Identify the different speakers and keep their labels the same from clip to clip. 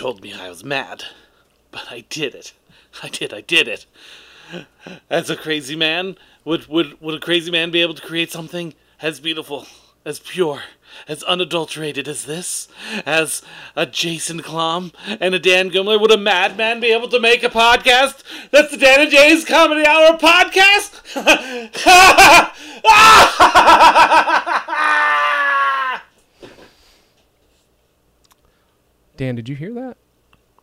Speaker 1: was mad, but I did it. I did. I did it. As a crazy man, would would would a crazy man be able to create something as beautiful, as pure, as unadulterated as this? As a Jason Klom and a Dan Gimler, would a madman be able to make a podcast? That's the Dan and Jay's Comedy Hour podcast.
Speaker 2: Dan, did you hear that?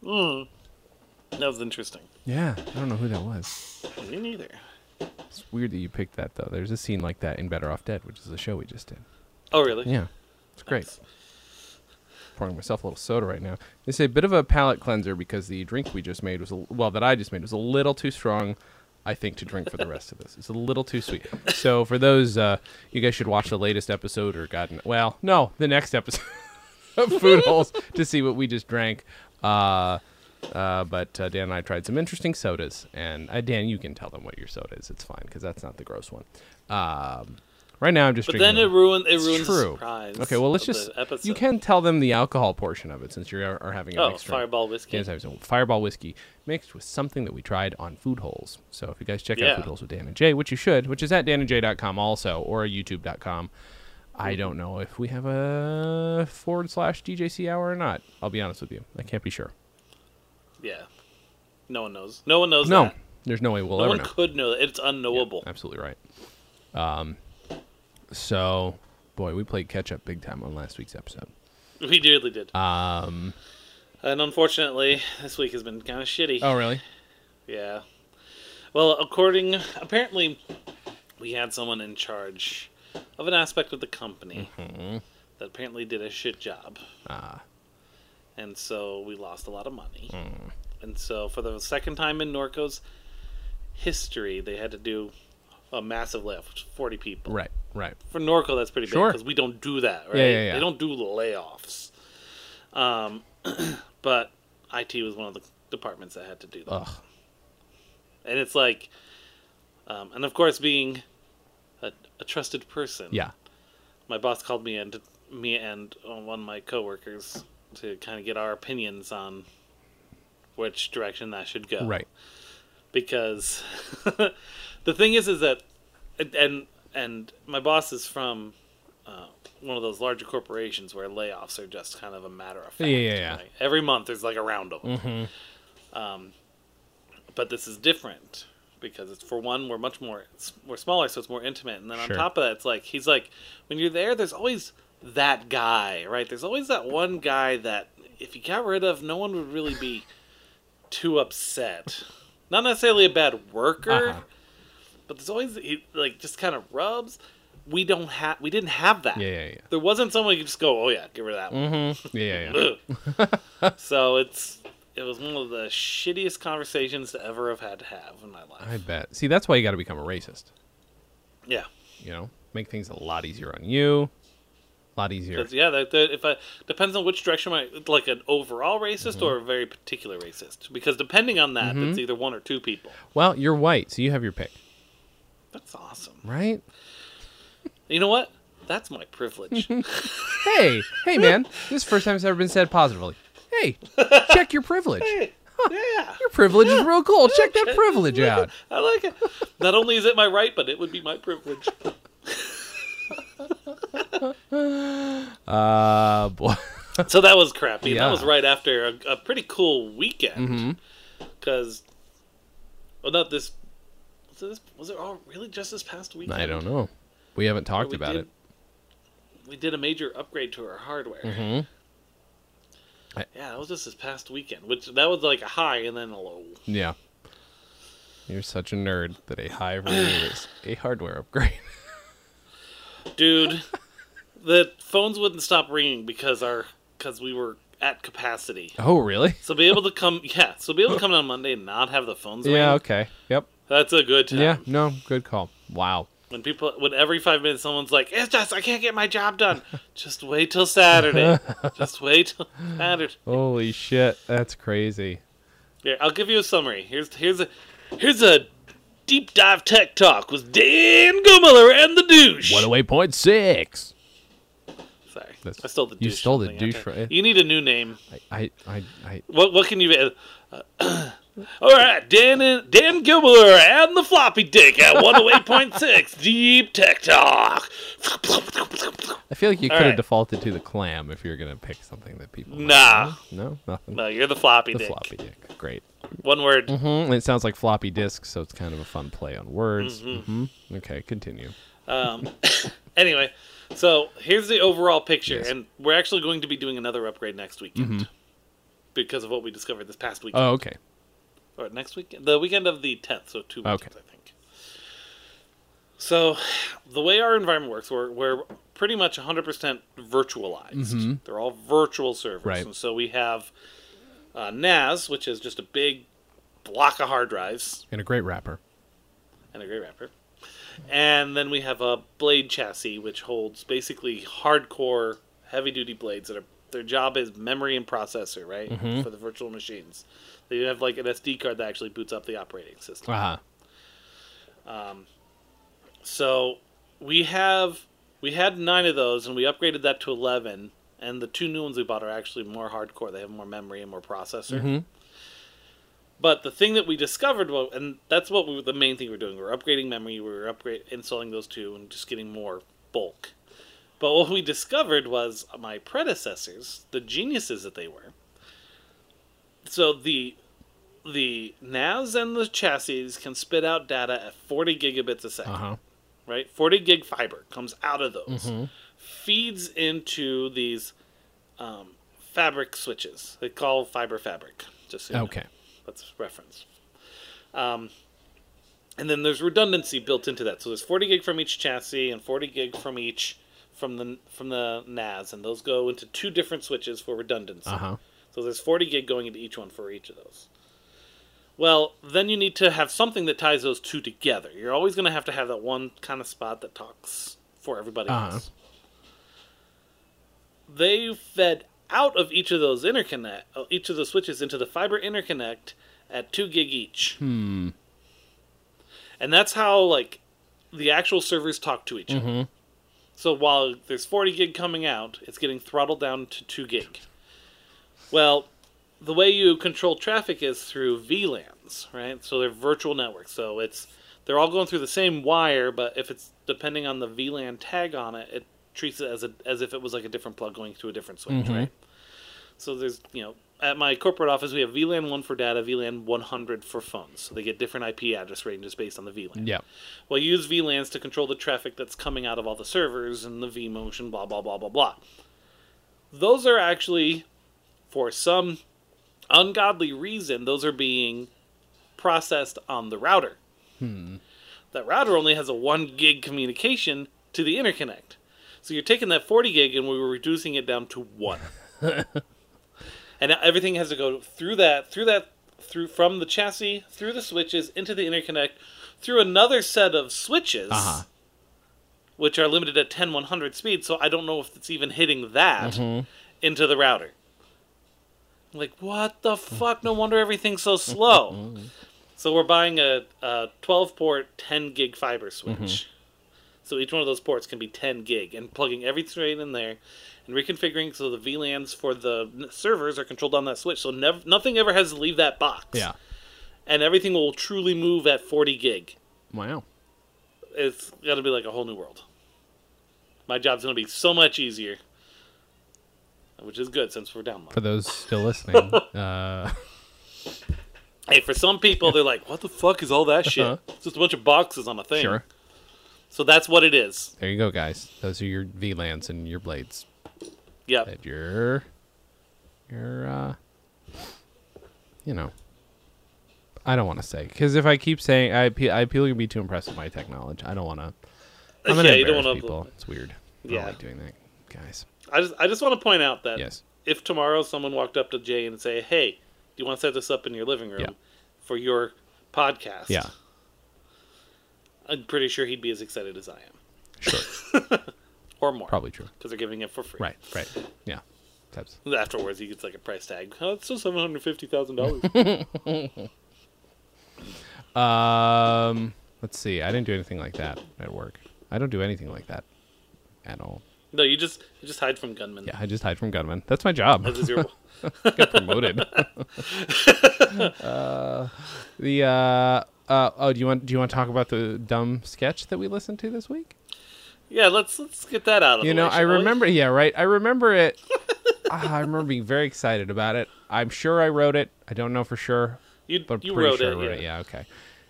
Speaker 1: That was interesting.
Speaker 2: Yeah, I don't know who that was.
Speaker 1: Me neither.
Speaker 2: It's weird that you picked that though. There's a scene like that in Better Off Dead, which is the show we just did.
Speaker 1: Oh, really?
Speaker 2: Yeah, it's great. Pouring myself a little soda right now. It's a bit of a palate cleanser because the drink we just made was a, well that I just made was a little too strong. I think to drink for the rest of this. It's a little too sweet. So for those, uh, you guys should watch the latest episode or God, kn- well, no, the next episode of Food Holes to see what we just drank. Uh, uh, but uh, Dan and I tried some interesting sodas, and uh, Dan, you can tell them what your soda is. It's fine because that's not the gross one. Um, right now, I'm just.
Speaker 1: But
Speaker 2: drinking
Speaker 1: then it
Speaker 2: the-
Speaker 1: ruins it
Speaker 2: it's
Speaker 1: ruins the
Speaker 2: true.
Speaker 1: surprise.
Speaker 2: Okay, well let's
Speaker 1: of
Speaker 2: just
Speaker 1: the episode.
Speaker 2: you can tell them the alcohol portion of it since you are, are having a
Speaker 1: Oh,
Speaker 2: mixed drink.
Speaker 1: Fireball whiskey.
Speaker 2: Dan's having some Fireball whiskey mixed with something that we tried on Food Holes. So if you guys check
Speaker 1: Yeah.
Speaker 2: out Food Holes with Dan and Jay, which you should, which is at danandjay.com also or youtube.com. I don't know if we have a forward slash DJC hour or not. I'll be honest with you, I can't be sure.
Speaker 1: Yeah. No one knows. No one knows.
Speaker 2: no,
Speaker 1: that.
Speaker 2: there's no way we'll
Speaker 1: No
Speaker 2: ever
Speaker 1: one
Speaker 2: know.
Speaker 1: could know that. It's unknowable.
Speaker 2: Absolutely right. Um, so boy, we played catch up big time on last week's episode.
Speaker 1: We dearly did. Um. And unfortunately, this week has been kind of shitty.
Speaker 2: Oh really?
Speaker 1: Yeah. Well, according apparently, we had someone in charge of an aspect of the company
Speaker 2: Mm-hmm.
Speaker 1: that apparently did a shit job. Ah. And so we lost a lot of money.
Speaker 2: Mm.
Speaker 1: And so for the second time in Norco's history, they had to do a massive layoff, forty people.
Speaker 2: Right, right.
Speaker 1: For Norco, that's pretty
Speaker 2: Sure.
Speaker 1: big because we don't do that, right?
Speaker 2: Yeah, yeah, yeah.
Speaker 1: They don't do layoffs. Um, but IT was one of the departments that had to do that
Speaker 2: Ugh.
Speaker 1: and it's like um, and of course being a, a trusted person
Speaker 2: Yeah.
Speaker 1: my boss called me and me and uh, one of my coworkers to kind of get our opinions on which direction that should go
Speaker 2: Right.
Speaker 1: because the thing is is that and- and and my boss is from uh, one of those larger corporations where layoffs are just kind of a matter of fact.
Speaker 2: Yeah, yeah, yeah. Mm-hmm.
Speaker 1: right? Every month there's like a round of them. Um, but this is different because it's for one we're much more it's- we're smaller, so it's more intimate. And then
Speaker 2: Sure.
Speaker 1: on top of that, it's like he's like when you're there, there's always that guy, right? There's always that one guy that if you got rid of, no one would really be too upset. Not necessarily a bad worker,
Speaker 2: Uh-huh.
Speaker 1: but there's always it, like just kind of rubs. We don't have we didn't have that.
Speaker 2: Yeah, yeah, yeah.
Speaker 1: There wasn't someone you could just go, oh yeah, get rid of that one.
Speaker 2: Mm-hmm. Yeah, yeah, Mm.
Speaker 1: Ugh. so it's it was one of the shittiest conversations to ever have had to have in my life.
Speaker 2: I bet. See, that's why you got to become a racist.
Speaker 1: Yeah,
Speaker 2: You know, make things a lot easier on you. A lot easier.
Speaker 1: 'Cause, yeah. That, that, if I depends on which direction my like an overall racist
Speaker 2: Mm-hmm.
Speaker 1: or a very particular racist. Because depending on that, it's either one or two people.
Speaker 2: Well, you're white, so you have your pick,
Speaker 1: That's awesome.
Speaker 2: right?
Speaker 1: You know what? That's my privilege.
Speaker 2: Hey, hey, man. This is the first time it's ever been said positively. Hey, check your privilege.
Speaker 1: yeah.
Speaker 2: Your privilege is real cool. Check that privilege out.
Speaker 1: I like it. Not only is it my right, but it would be my privilege.
Speaker 2: Uh, boy.
Speaker 1: So that was crappy.
Speaker 2: Yeah. Mm-hmm.
Speaker 1: That was right after a, a pretty cool weekend. Because, well, not this. Was, this. was it all really just this past weekend?
Speaker 2: I don't know. We haven't talked
Speaker 1: We
Speaker 2: about
Speaker 1: did,
Speaker 2: it.
Speaker 1: We did a major upgrade to our hardware.
Speaker 2: Mm-hmm. I-
Speaker 1: Yeah, that was just this past weekend, which that was like a high and then a low.
Speaker 2: Yeah. You're such a nerd that a high review is a hardware upgrade.
Speaker 1: Dude, the phones wouldn't stop ringing because our because we were at capacity.
Speaker 2: Oh, really?
Speaker 1: So be able to come, yeah. So be able to come on Monday and not have the phones ring.
Speaker 2: Yeah. Okay. Yep.
Speaker 1: That's a good time.
Speaker 2: Yeah. No. Good call. Wow.
Speaker 1: When people, when every five minutes someone's like, "It's just I can't get my job done." Just wait till Saturday. just wait till Saturday.
Speaker 2: Holy shit, that's crazy.
Speaker 1: Here, I'll give you a summary. Here's here's a here's a deep dive tech talk with Dan Gumiller and the douche.
Speaker 2: One away point six.
Speaker 1: Sorry.
Speaker 2: That's
Speaker 1: I stole the douche.
Speaker 2: you stole the
Speaker 1: thing, okay.
Speaker 2: douche. Right?
Speaker 1: You need a new name.
Speaker 2: I, I, I,
Speaker 1: What what can you? uh, all right, Dan and, Dan Gilmore and the floppy dick at one hundred eight point six Deep Tech Talk.
Speaker 2: I feel like you
Speaker 1: All
Speaker 2: could have
Speaker 1: right.
Speaker 2: defaulted to the clam if you're gonna pick something that people. might
Speaker 1: Nah.
Speaker 2: know. no, nothing.
Speaker 1: No, you're the floppy
Speaker 2: the
Speaker 1: dick.
Speaker 2: floppy dick. Great.
Speaker 1: One word.
Speaker 2: hmm And it sounds like floppy disk, so it's kind of a fun play on words.
Speaker 1: Mm-hmm.
Speaker 2: hmm Okay, continue.
Speaker 1: Um, anyway, so here's the overall picture,
Speaker 2: Yes. Mm-hmm.
Speaker 1: and we're actually going to be doing another upgrade next weekend because of what we discovered this past weekend.
Speaker 2: Oh, okay.
Speaker 1: or next weekend, the weekend of the 10th, so two weekends,
Speaker 2: Okay.
Speaker 1: I think. So, the way our environment works, we're, we're pretty much 100% virtualized.
Speaker 2: Mhm.
Speaker 1: They're all virtual servers.
Speaker 2: Right.
Speaker 1: And so we have uh, NAS, which is just a big block of hard drives
Speaker 2: And a great rapper.
Speaker 1: and a great wrapper. And then we have a blade chassis, which holds basically hardcore, heavy duty blades that are their job is memory and processor, right? For the virtual machines. They have like an SD card that actually boots up the operating system.
Speaker 2: Uh-huh.
Speaker 1: So we have we had nine of those and we upgraded that to eleven and the two new ones we bought are actually more hardcore. They have more memory and more processor.
Speaker 2: Mhm.
Speaker 1: But the thing that we discovered, well, and that's what we, the main thing we're doing. We're upgrading memory. We're upgrade installing those two and just getting more bulk. But what we discovered was my predecessors, the geniuses that they were. So the the NAS and the chassis can spit out data at 40 gigabits a 2nd
Speaker 2: Uh-huh.
Speaker 1: right? 40 gig fiber comes out of those,
Speaker 2: Mm-hmm.
Speaker 1: feeds into these um, fabric switches. They call fiber fabric. Just so you know.
Speaker 2: Okay.
Speaker 1: That's a reference. Um, and then there's redundancy built into that. So there's 40 gig from each chassis and 40 gig from each from the from the NAS, and those go into two different switches for redundancy.
Speaker 2: Uh-huh.
Speaker 1: So there's 40 gig going into each one for each of those. Well, then you need to have something that ties those two together. You're always going to have to have that one kind of spot that talks for everybody
Speaker 2: Uh-huh.
Speaker 1: else. They fed out of each of those interconnect, uh, each of those switches into the fiber interconnect at two gig each,
Speaker 2: Hmm.
Speaker 1: and that's how like the actual servers talk to each other. So while there's 40 gig coming out, it's getting throttled down to 2 gig. Well, the way you control traffic is through VLANs, right? So they're virtual networks. So it's they're all going through the same wire, but if it's depending on the VLAN tag on it, it treats it as a, as if it was like a different plug going through a different switch,
Speaker 2: Mm-hmm.
Speaker 1: right? So there's, you know, at my corporate office we have VLAN 1 for data, VLAN 100 for phones. So they get different IP address ranges based on the VLAN.
Speaker 2: Yeah.
Speaker 1: Well, you use VLANs to control the traffic that's coming out of all the servers and the vMotion, blah, blah, blah, blah, blah. Those are actually, for some ungodly reason, those are being processed on the router. That router only has a 1 gig communication to the interconnect. So you're taking that 40 gig and we were reducing it down to 1. and now everything has to go through that, through that, through from the chassis, through the switches, into the interconnect, through another set of switches,
Speaker 2: Uh-huh.
Speaker 1: which are limited at 10 100 speed. So I don't know if it's even hitting that into the router. Like, what the fuck? No wonder everything's so slow. so we're buying a, a 12 port 10 gig fiber switch. So each one of those ports can be 10 gig and plugging every thread in there and reconfiguring so the VLANs for the n- servers are controlled on that switch. So nev- nothing ever has to leave that box.
Speaker 2: Yeah.
Speaker 1: And everything will truly move at 40 gig.
Speaker 2: Wow.
Speaker 1: It's got to be like a whole new world. My job's going to be so much easier. Which is good since we're down.
Speaker 2: For those still listening, uh,
Speaker 1: Hey, for some people, they're like, "What the fuck is all that
Speaker 2: Uh-huh.
Speaker 1: shit? It's just a bunch of boxes on a thing."
Speaker 2: sure.
Speaker 1: So that's what it is.
Speaker 2: There you go, guys. Those are your VLANs and your blades
Speaker 1: Yeah.
Speaker 2: at your, your, uh, you know. I don't want to say because if I keep saying I, pe- I feel you'll be too impressed with my technology. I don't want to. I'm gonna
Speaker 1: Uh, Yeah, you don't
Speaker 2: embarrass
Speaker 1: wanna-
Speaker 2: people. It's weird. I
Speaker 1: Yeah. Uh,
Speaker 2: don't like doing that, guys.
Speaker 1: I just I just want to point out that
Speaker 2: Yes.
Speaker 1: if tomorrow someone walked up to Jay and say, "Hey, do you want to set this up in your living room
Speaker 2: Yeah.
Speaker 1: for your podcast?"
Speaker 2: Yeah.
Speaker 1: I'm pretty sure he'd be as excited as I am,
Speaker 2: Sure.
Speaker 1: or more,
Speaker 2: Probably true.
Speaker 1: because they're giving it for free.
Speaker 2: Right. Right. Yeah. That's
Speaker 1: Afterwards, he gets like a price tag. Oh, it's still seven hundred fifty thousand dollars.
Speaker 2: Um, let's see. I didn't do anything like that at work. I don't do anything like that at all.
Speaker 1: No, you just you just hide from gunmen.
Speaker 2: Yeah, I just hide from gunmen. That's my job.
Speaker 1: That is your
Speaker 2: Got promoted. uh, the uh, uh, oh, do you want do you want to talk about the dumb sketch that we listened to this week?
Speaker 1: Yeah, let's let's get that out of
Speaker 2: You
Speaker 1: the
Speaker 2: know,
Speaker 1: way,
Speaker 2: I
Speaker 1: shall we?
Speaker 2: remember. Yeah, right. I remember it. Ah, I remember being very excited about it. I'm sure I wrote it. I don't know for sure,
Speaker 1: you
Speaker 2: but I'm
Speaker 1: you
Speaker 2: pretty
Speaker 1: wrote
Speaker 2: sure
Speaker 1: it.
Speaker 2: I wrote
Speaker 1: yeah.
Speaker 2: it. Yeah, okay.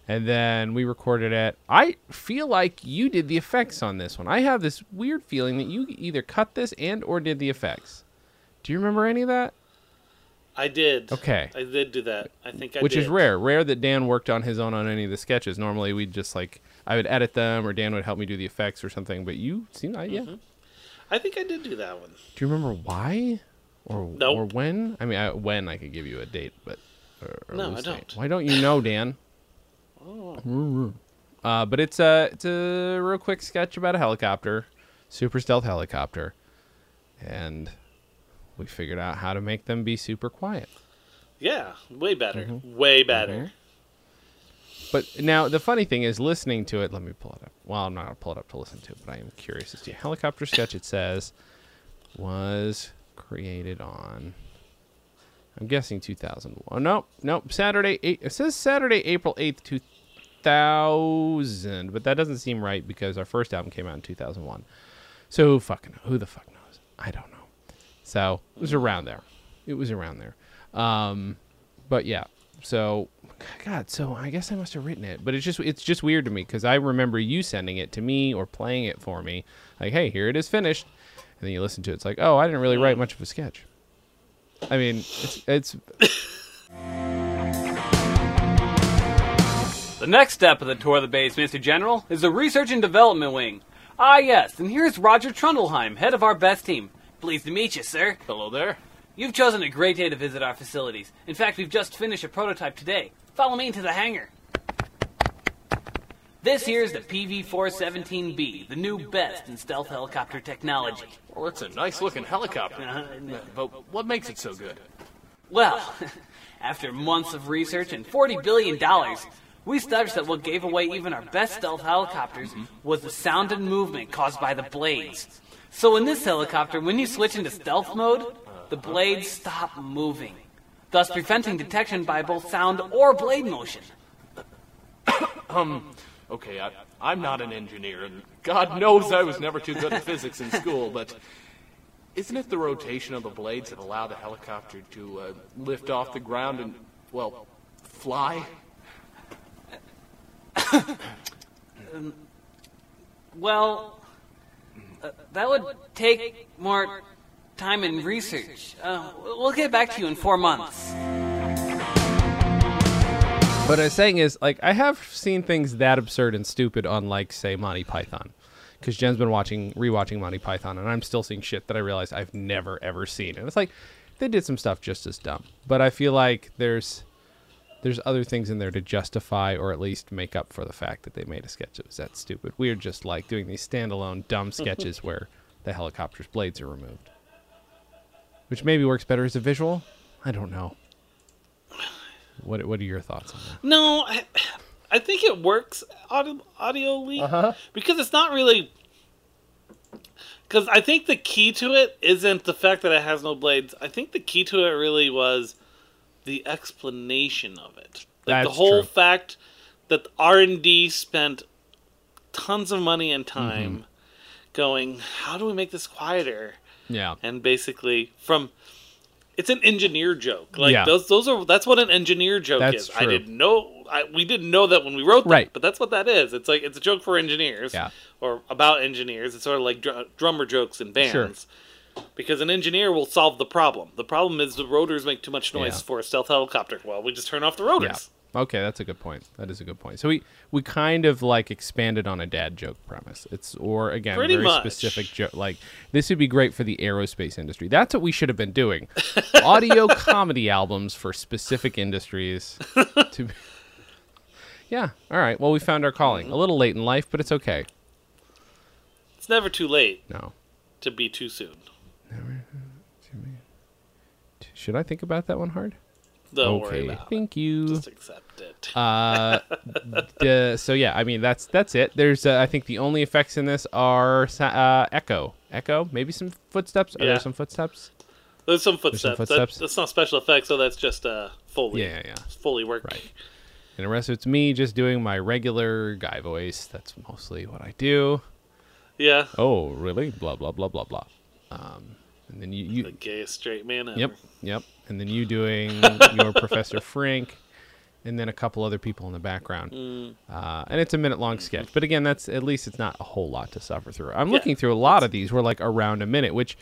Speaker 2: And then we recorded it. I feel like you did the effects on this one. I have this weird feeling that you either cut this and or did the effects. Do you remember any of that?
Speaker 1: I did.
Speaker 2: Okay.
Speaker 1: I did do that. I think I
Speaker 2: Which
Speaker 1: did.
Speaker 2: is rare. Rare that Dan worked on his own on any of the sketches. Normally we'd just like I would edit them or Dan would help me do the effects or something, but you seem I
Speaker 1: Mm-hmm.
Speaker 2: yeah.
Speaker 1: I think I did do that one.
Speaker 2: Do you remember why or
Speaker 1: Nope.
Speaker 2: or when? I mean, I, when I could give you a date, but or, or
Speaker 1: No,
Speaker 2: loose
Speaker 1: I
Speaker 2: date.
Speaker 1: don't. Oh.
Speaker 2: Why don't you know, Dan? Uh, but it's a it's a real quick sketch about a helicopter, super stealth helicopter, and we figured out how to make them be super quiet.
Speaker 1: Yeah, way better.
Speaker 2: Mm-hmm.
Speaker 1: Way better.
Speaker 2: But now the funny thing is, listening to it. Let me pull it up. Well, I'm not gonna pull it up to listen to it, but I am curious as to helicopter sketch. It says was created on. I'm guessing 2001. Nope, nope. Saturday. Eight, it says Saturday, April 8th, 2000, but that doesn't seem right because our first album came out in 2001. So who fucking who the fuck knows? I don't know. So it was around there. It was around there. Um, but yeah. So God. So I guess I must have written it, but it's just it's just weird to me because I remember you sending it to me or playing it for me. Like, hey, here it is finished. And then you listen to it. It's like, oh, I didn't really write much of a sketch. I mean, it's, it's
Speaker 3: The next step of the tour of the base, Mr. General, is the Research and Development Wing. Ah, yes, and here's Roger Trundleheim, head of our best team. Pleased to meet you, sir.
Speaker 4: Hello there.
Speaker 3: You've chosen a great day to visit our facilities. In fact, we've just finished a prototype today. Follow me into the hangar. This here is the PV 417B, the new best in stealth helicopter technology.
Speaker 4: Well, it's a nice looking helicopter. But what makes it so good?
Speaker 3: Well, after months of research and $40 billion, we established that what gave away even our best stealth helicopters was the sound and movement caused by the blades. So in this helicopter, when you switch into stealth mode, the blades stop moving, thus preventing detection by both sound or blade motion.
Speaker 4: Okay, I, I'm not an engineer, and God knows I was never too good at physics in school, but isn't it the rotation of the blades that allow the helicopter to uh, lift off the ground and, well, fly?
Speaker 3: Well, uh, that would take more time and research. Uh, we'll get back to you in four months.
Speaker 2: What I was saying is, like, I have seen things that absurd and stupid on, like, say, Monty Python, because Jen's been watching, rewatching Monty Python, and I'm still seeing shit that I realize I've never ever seen, and it's like they did some stuff just as dumb, but I feel like there's there's other things in there to justify or at least make up for the fact that they made a sketch that was that stupid. We're just like doing these standalone dumb sketches where the helicopter's blades are removed, which maybe works better as a visual. I don't know. What what are your thoughts on that?
Speaker 1: No, I, I think it works audio, audioly
Speaker 2: Uh-huh.
Speaker 1: because it's not really. Because I think the key to it isn't the fact that it has no blades. I think the key to it really was the explanation of it. Like the
Speaker 2: That's
Speaker 1: whole
Speaker 2: true.
Speaker 1: fact that R and D spent tons of money and time
Speaker 2: Mm-hmm.
Speaker 1: going, how do we make this quieter?
Speaker 2: Yeah.
Speaker 1: and basically from it's an engineer joke. Like
Speaker 2: Yeah.
Speaker 1: those those are that's what an engineer joke
Speaker 2: That's
Speaker 1: is. I
Speaker 2: true.
Speaker 1: didn't know I, we didn't know that when we wrote that,
Speaker 2: Right.
Speaker 1: but that's what that is. It's like it's a joke for engineers
Speaker 2: Yeah.
Speaker 1: or about engineers. It's sort of like dr- drummer jokes in bands.
Speaker 2: Sure.
Speaker 1: Because an engineer will solve the problem. The problem is the rotors make too much noise
Speaker 2: Yeah.
Speaker 1: for a stealth helicopter. Well, we just turn off the
Speaker 2: Yeah.
Speaker 1: rotors.
Speaker 2: Okay, that's a good point. That is a good point. So we we kind of like expanded on a dad joke premise. It's or again
Speaker 1: Pretty
Speaker 2: very
Speaker 1: much.
Speaker 2: specific joke. Like this would be great for the aerospace industry. That's what we should have been doing. Audio comedy albums for specific industries. To be... yeah. All right. Well, we found our calling. A little late in life, but it's okay.
Speaker 1: It's never too late
Speaker 2: No.
Speaker 1: to be too soon.
Speaker 2: Should I think about that one hard?
Speaker 1: Don't
Speaker 2: okay,
Speaker 1: worry about
Speaker 2: thank you.
Speaker 1: it. Just accept it.
Speaker 2: Uh, d- Uh, so yeah, I mean that's that's it. There's uh, I think the only effects in this are sa- uh, echo, echo, maybe some footsteps. Are
Speaker 1: Yeah.
Speaker 2: there some footsteps?
Speaker 1: there's some footsteps.
Speaker 2: some
Speaker 1: That-
Speaker 2: footsteps.
Speaker 1: that's not special effects, so that's just uh, fully,
Speaker 2: Yeah, yeah, yeah.
Speaker 1: fully work.
Speaker 2: Right. And the rest of it's me just doing my regular guy voice. That's mostly what I do.
Speaker 1: Yeah,
Speaker 2: Oh, really? Blah blah blah blah blah. Um, and then you,
Speaker 1: the
Speaker 2: you
Speaker 1: gayest straight man ever.
Speaker 2: yep yep. And then you doing your Professor Frank, and then a couple other people in the background.
Speaker 1: Mm.
Speaker 2: Uh, and it's a minute long sketch, but again, that's at least it's not a whole lot to suffer through. I'm
Speaker 1: Yeah.
Speaker 2: looking through a lot of these. We're like around a minute, which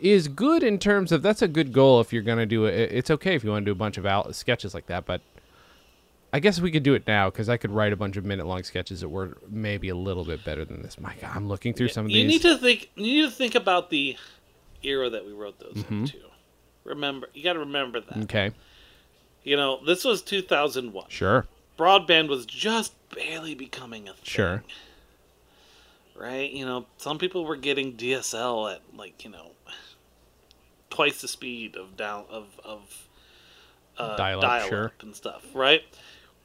Speaker 2: is good in terms of that's a good goal if you're gonna do it. It's okay if you want to do a bunch of out sketches like that, but I guess we could do it now because I could write a bunch of minute long sketches that were maybe a little bit better than this. My God, I'm looking through some of
Speaker 1: You
Speaker 2: these.
Speaker 1: need to think. You need to think about the era that we wrote those
Speaker 2: Mm-hmm.
Speaker 1: into. Remember, you got to remember that.
Speaker 2: okay,
Speaker 1: You know, this was 2001.
Speaker 2: sure,
Speaker 1: Broadband was just barely becoming a thing.
Speaker 2: sure.
Speaker 1: right? You know, some people were getting DSL at like you know twice the speed of down of of uh,
Speaker 2: Dial-up,
Speaker 1: dial-up,
Speaker 2: sure.
Speaker 1: and stuff, right?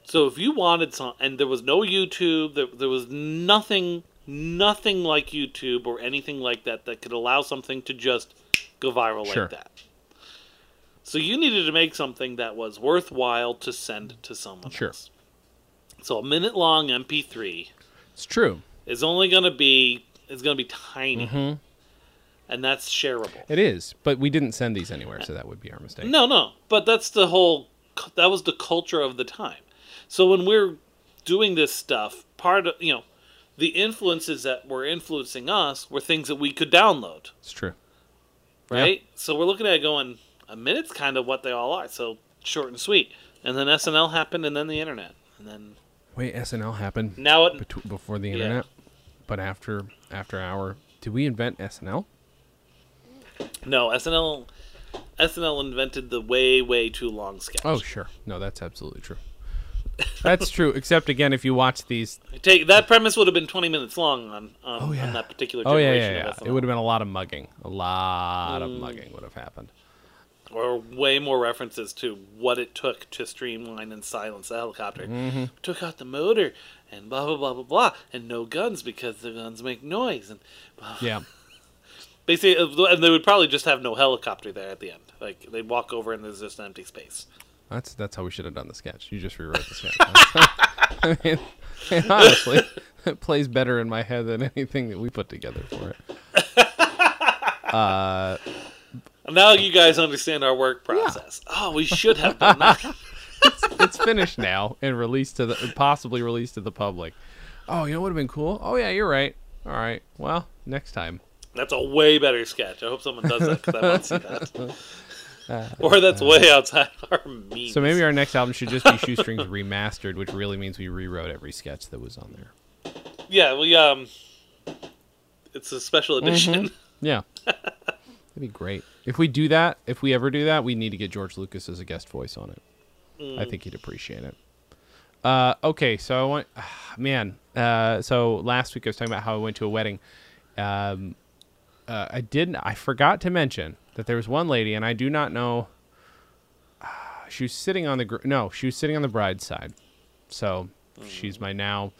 Speaker 1: So if you wanted some, and there was no YouTube, there, there was nothing, nothing like YouTube or anything like that that could allow something to just go viral
Speaker 2: Sure.
Speaker 1: like that. So you needed to make something that was worthwhile to send to someone
Speaker 2: Sure.
Speaker 1: else. So a minute long MP3
Speaker 2: It's true.
Speaker 1: is only going to be is going to be tiny, and that's shareable.
Speaker 2: It is, but we didn't send these anywhere, so that would be our mistake.
Speaker 1: No, no, but that's the whole. That was the culture of the time. So when we're doing this stuff, part of you know, the influences that were influencing us were things that we could download,
Speaker 2: It's true.
Speaker 1: right? So we're looking at it going a minute's kind of what they all are. So short and sweet. And then SNL happened, and then the internet, and then
Speaker 2: Wait, SNL happened
Speaker 1: now it.
Speaker 2: betw- before the internet, but after after our did we invent SNL?
Speaker 1: No, SNL. SNL invented the way, way too long sketch.
Speaker 2: Oh, sure. No, that's absolutely true. That's true. Except again, if you watch these,
Speaker 1: Take that premise would have been twenty minutes long on on,
Speaker 2: Oh, yeah.
Speaker 1: on that particular
Speaker 2: oh yeah,
Speaker 1: generation
Speaker 2: yeah, yeah.
Speaker 1: of SNL.
Speaker 2: it would have been a lot of mugging. A lot
Speaker 1: Mm.
Speaker 2: of mugging would have happened.
Speaker 1: or way more references to what it took to streamline and silence the helicopter.
Speaker 2: Mm-hmm.
Speaker 1: Took out the motor and blah blah blah blah blah, and no guns because the guns make noise and blah.
Speaker 2: Yeah,
Speaker 1: basically, uh, and they would probably just have no helicopter there at the end. Like they'd walk over and there's just an empty space.
Speaker 2: that's that's how we should have done the sketch. You just rewrote the sketch. I mean, honestly, it plays better in my head than anything that we put together for it.
Speaker 1: Now you guys understand our work process. Oh, we should have done that.
Speaker 2: it's finished now and released to the possibly released to the public. Oh, you know what would have been cool? Oh yeah, you're right. All right. Well, next time.
Speaker 1: That's a way better sketch. I hope someone does that because I want to see that. or that's way outside our means.
Speaker 2: So maybe our next album should just be Shoestrings Remastered, which really means we rewrote every sketch that was on there.
Speaker 1: yeah, we um, it's a special edition.
Speaker 2: Yeah. That'd be great. If we do that, if we ever do that, we need to get George Lucas as a guest voice on it. I think he'd appreciate it. Uh, okay, so I want, ah, man. Uh, so last week I was talking about how I went to a wedding. Um, uh, I didn't. I forgot to mention that there was one lady, and I do not know. ah, she was sitting on the gr- no, she was sitting on the bride's side. So she's my now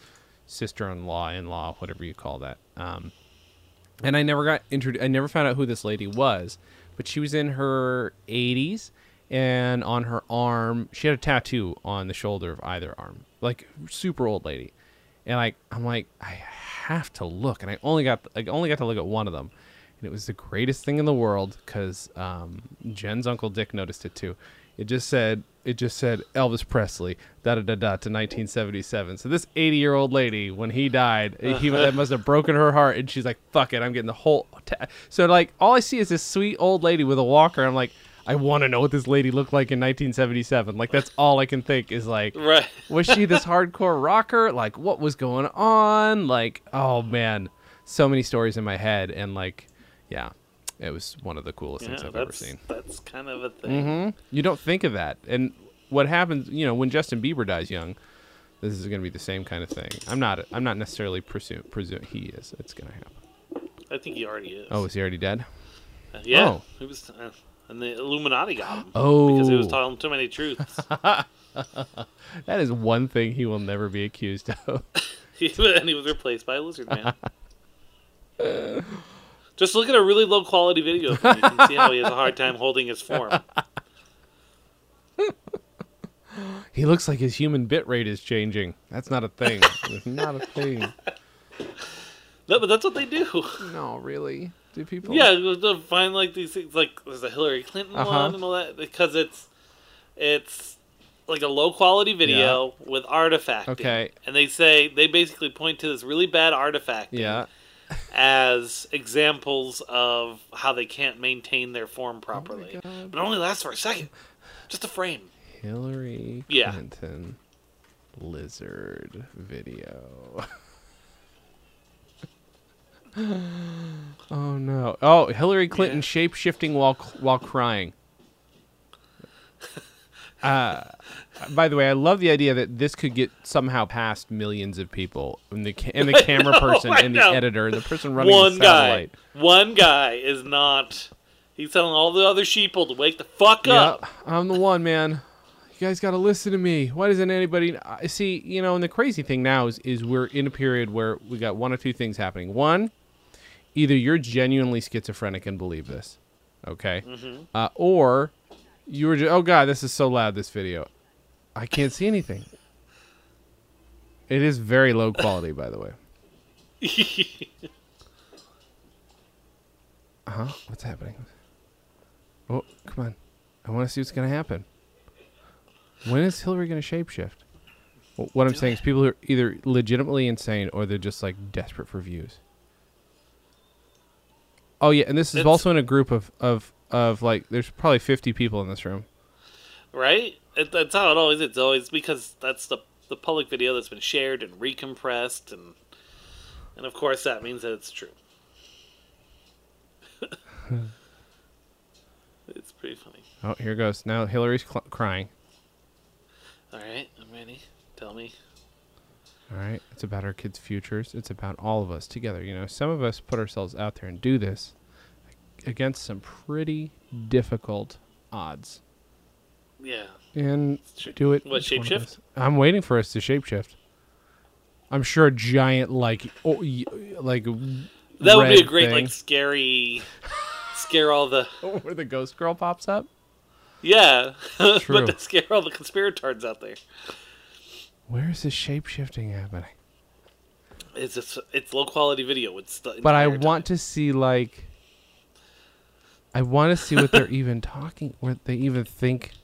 Speaker 2: sister-in-law, in-law, whatever you call that. Um, and I never got introduced. I never found out who this lady was, but she was in her 80s, and on her arm, she had a tattoo on the shoulder of either arm, like super old lady. And like, I'm like, I have to look, and I only got I only got to look at one of them, and it was the greatest thing in the world because um, Jen's uncle Dick noticed it too. It just said it just said Elvis Presley da da da da to 1977. So this 80 year old lady, when he died, he that must have broken her heart, and she's like, "Fuck it, I'm getting the whole." ta-" So like, all I see is this sweet old lady with a walker. I'm like, I want to know what this lady looked like in 1977. Like that's all I can think is like,
Speaker 1: Right.
Speaker 2: was she this hardcore rocker? Like, what was going on? Like, oh man, so many stories in my head, and like, yeah, it was one of the coolest
Speaker 1: Yeah,
Speaker 2: things I've
Speaker 1: that's,
Speaker 2: ever seen.
Speaker 1: that's kind of a thing.
Speaker 2: You don't think of that, and what happens? You know, when Justin Bieber dies young, this is going to be the same kind of thing. I'm not. I'm not necessarily presume. Presume he is. It's going to happen.
Speaker 1: I think he already is.
Speaker 2: Oh, is he already dead?
Speaker 1: yeah.
Speaker 2: oh.
Speaker 1: He was. Uh, and the Illuminati got him because he was
Speaker 2: Oh,
Speaker 1: telling too many truths.
Speaker 2: that is one thing he will never be accused of.
Speaker 1: He- and he was replaced by a lizard man. Just look at a really low quality video. of him. You can see how he has a hard time holding his form.
Speaker 2: He looks like his human bit rate is changing. That's not a thing. It's not a thing.
Speaker 1: No, but that's what they do.
Speaker 2: No, really. Do people?
Speaker 1: Yeah, they'll find like these things. Like there's a Hillary Clinton
Speaker 2: Oh. Uh-huh.
Speaker 1: one and all that because it's it's like a low quality video with artifacting.
Speaker 2: Okay.
Speaker 1: And they say they basically point to this really bad artifact
Speaker 2: Yeah.
Speaker 1: as examples of how they can't maintain their form properly.
Speaker 2: Oh God.
Speaker 1: but it only lasts for a second, just a frame.
Speaker 2: Hillary
Speaker 1: Yeah.
Speaker 2: Clinton lizard video. oh no! Oh, Hillary Clinton
Speaker 1: Yeah.
Speaker 2: shape shifting while while crying. Uh, by the way, I love the idea that this could get somehow past millions of people, and the ca- and the camera person,
Speaker 1: I
Speaker 2: and the
Speaker 1: know.
Speaker 2: editor, and the person running
Speaker 1: One
Speaker 2: the
Speaker 1: guy,
Speaker 2: satellite.
Speaker 1: one guy is not. He's telling all the other sheeple to wake the fuck up.
Speaker 2: Yep, I'm the one, man. You guys got to listen to me. Why doesn't anybody I see? You know, and the crazy thing now is, is we're in a period where we got one of two things happening. One, either you're genuinely schizophrenic and believe this, okay, uh, or you were just, oh god, this is so loud. This video, I can't see anything. It is very low quality, by the way. Uh huh. What's happening? Oh, come on. I want to see what's going to happen. When is Hillary going to shapeshift? Well, what I'm saying is, people are either legitimately insane or they're just like desperate for views. Oh yeah, and this is
Speaker 1: It's-
Speaker 2: also in a group of of of like there's probably 50 people in this room.
Speaker 1: right? It, that's how it always is. It's always because that's the the public video that's been shared and recompressed, and and of course that means that it's true. it's pretty funny.
Speaker 2: Oh, here goes. Now Hillary's cl- crying.
Speaker 1: All right, I'm ready. Tell me.
Speaker 2: All right. It's about our kids' futures. It's about all of us together. You know, some of us put ourselves out there and do this against some pretty difficult odds.
Speaker 1: Yeah.
Speaker 2: And
Speaker 1: true.
Speaker 2: do it.
Speaker 1: What,
Speaker 2: each one of
Speaker 1: shapeshift?
Speaker 2: us. I'm waiting for us to shapeshift. I'm sure a giant like oh, y- like
Speaker 1: That would be
Speaker 2: red
Speaker 1: a great,
Speaker 2: thing
Speaker 1: like, scary, scare all the
Speaker 2: where the ghost girl pops up.
Speaker 1: yeah,
Speaker 2: True.
Speaker 1: but to scare all the conspirators out there.
Speaker 2: Where is this shapeshifting happening?
Speaker 1: It's just, it's low quality video. It's the
Speaker 2: But I
Speaker 1: entire time.
Speaker 2: want to see like I want to see what they're even talking what they even think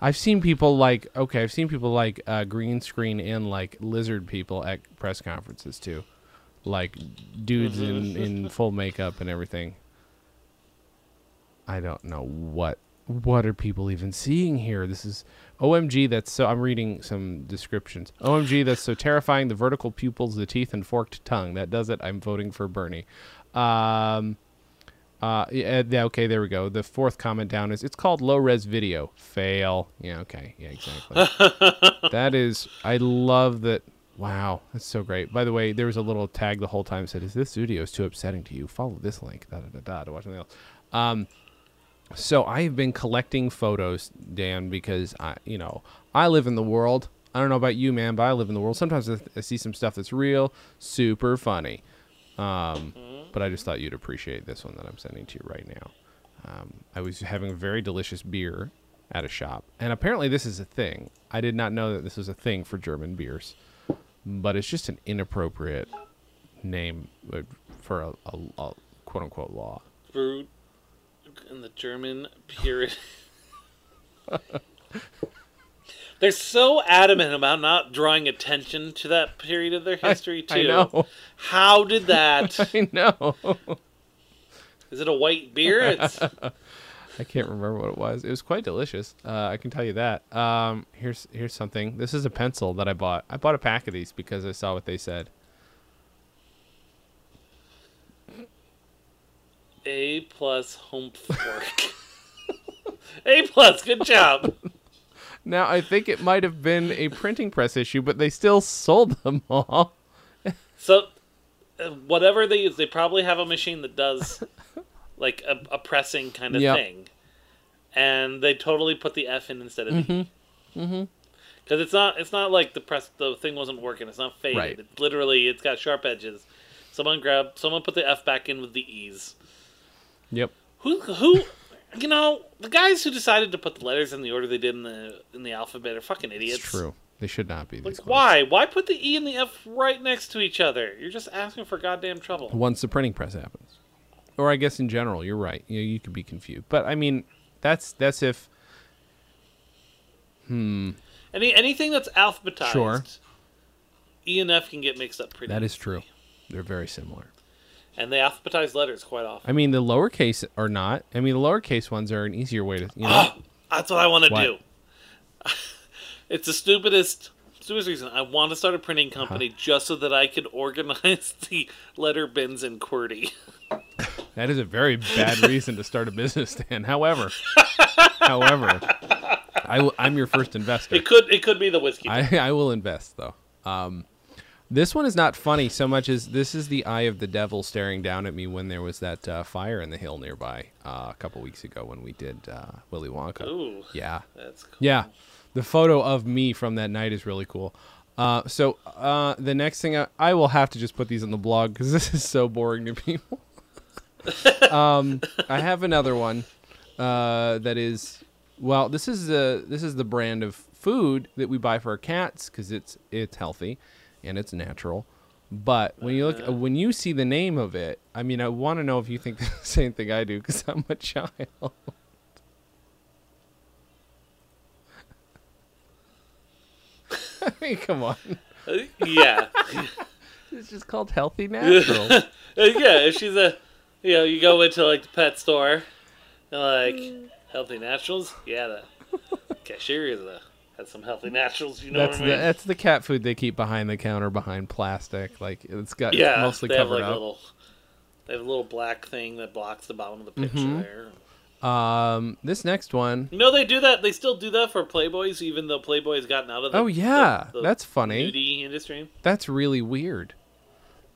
Speaker 2: I've seen people like okay, I've seen people like uh, green screen and like lizard people at press conferences too. Like dudes
Speaker 1: Mm-hmm.
Speaker 2: in in full makeup and everything. I don't know what what are people even seeing here? This is OMG that's so I'm reading some descriptions. OMG that's so terrifying the vertical pupils, the teeth and forked tongue. That does it. I'm voting for Bernie. Um uh yeah, yeah, okay, there we go. The fourth comment down is it's called low res video. Fail. Yeah, okay. Yeah, exactly. that is I love that wow, that's so great. By the way, there was a little tag the whole time that said, Is this video is too upsetting to you? Follow this link, da da da da to watch something else. So I have been collecting photos, Dan, because I, you know, I live in the world. I don't know about you, man, but I live in the world. Sometimes I, I see some stuff that's real, super funny. Um, but I just thought you'd appreciate this one that I'm sending to you right now. Um, I was having a very delicious beer at a shop, and apparently this is a thing. I did not know that this was a thing for German beers, but it's just an inappropriate name uh, for a, a, a quote unquote law.
Speaker 1: brewed in the German period. They're so adamant about not drawing attention to that period of their history too.
Speaker 2: I know.
Speaker 1: How did that?
Speaker 2: I know.
Speaker 1: is it a white beer? It's,
Speaker 2: I can't remember what it was. It was quite delicious. Uh, I can tell you that. Um, here's here's something. This is a pencil that I bought. I bought a pack of these because I saw what they said.
Speaker 1: a plus home fork. a plus. Good job.
Speaker 2: Now I think it might have been a printing press issue, but they still sold them all.
Speaker 1: So, uh, whatever they use, they probably have a machine that does like a, a pressing kind of
Speaker 2: Yep.
Speaker 1: thing. and they totally put the F in instead of E.
Speaker 2: Mm-hmm.
Speaker 1: Because it's not it's not like the press the thing wasn't working. It's not faded.
Speaker 2: Right.
Speaker 1: It's literally it's got sharp edges. Someone grab someone put the F back in with the E's.
Speaker 2: Yep.
Speaker 1: Who who you know the guys who decided to put the letters in the order they did in the in the alphabet are fucking idiots.
Speaker 2: It's true. They should not be.
Speaker 1: Like
Speaker 2: These close.
Speaker 1: why why put the E and the F right next to each other? You're just asking for goddamn trouble.
Speaker 2: Once the printing press happens, or I guess in general, you're right. You you could be confused, but I mean, that's that's if
Speaker 1: Any anything that's alphabetized,
Speaker 2: Sure.
Speaker 1: E and F can get mixed up pretty.
Speaker 2: that is true. They're very similar.
Speaker 1: and they alphabetize letters quite often.
Speaker 2: I mean, the lowercase are not. I mean, the lowercase ones are an easier way to you know.
Speaker 1: That's what I want to
Speaker 2: What?
Speaker 1: do. it's the stupidest, stupidest reason. I want to start a printing
Speaker 2: Uh-huh.
Speaker 1: company just so that I could organize the letter bins in QWERTY.
Speaker 2: That is a very bad reason to start a business, Dan. However, however, I w- I'm your first investor.
Speaker 1: It could, it could be the whiskey.
Speaker 2: I, I will invest though. Um, this one is not funny so much as this is the eye of the devil staring down at me when there was that uh, fire in the hill nearby uh, a couple weeks ago when we did uh, Willy Wonka.
Speaker 1: Ooh,
Speaker 2: Yeah,
Speaker 1: that's cool.
Speaker 2: yeah. The photo of me from that night is really cool. Uh, so uh, the next thing I, I will have to just put these on the blog because this is so boring to people. um, I have another one uh, that is well, this is the this is the brand of food that we buy for our cats because it's it's healthy and it's natural. But when you look when you see the name of it, I mean, I want to know if you think the same thing I do because I'm a child. I mean, come on.
Speaker 1: Uh, yeah,
Speaker 2: It's just called healthy natural.
Speaker 1: Uh, yeah. If she's a, you know, you go into like the pet store, and like healthy naturals. Yeah, the cashier is a had some healthy naturals. You know
Speaker 2: that's the
Speaker 1: what I mean?
Speaker 2: that's the cat food they keep behind the counter behind plastic. Like it's got it's
Speaker 1: yeah,
Speaker 2: mostly
Speaker 1: they have
Speaker 2: covered
Speaker 1: like a
Speaker 2: up.
Speaker 1: little, they have a little black thing that blocks the bottom of the picture
Speaker 2: Mm-hmm.
Speaker 1: there.
Speaker 2: Um, this next one.
Speaker 1: No, they do that. They still do that for Playboys, even though Playboy's gotten out of the
Speaker 2: Oh yeah,
Speaker 1: the- the
Speaker 2: that's funny.
Speaker 1: nudie industry.
Speaker 2: That's really weird.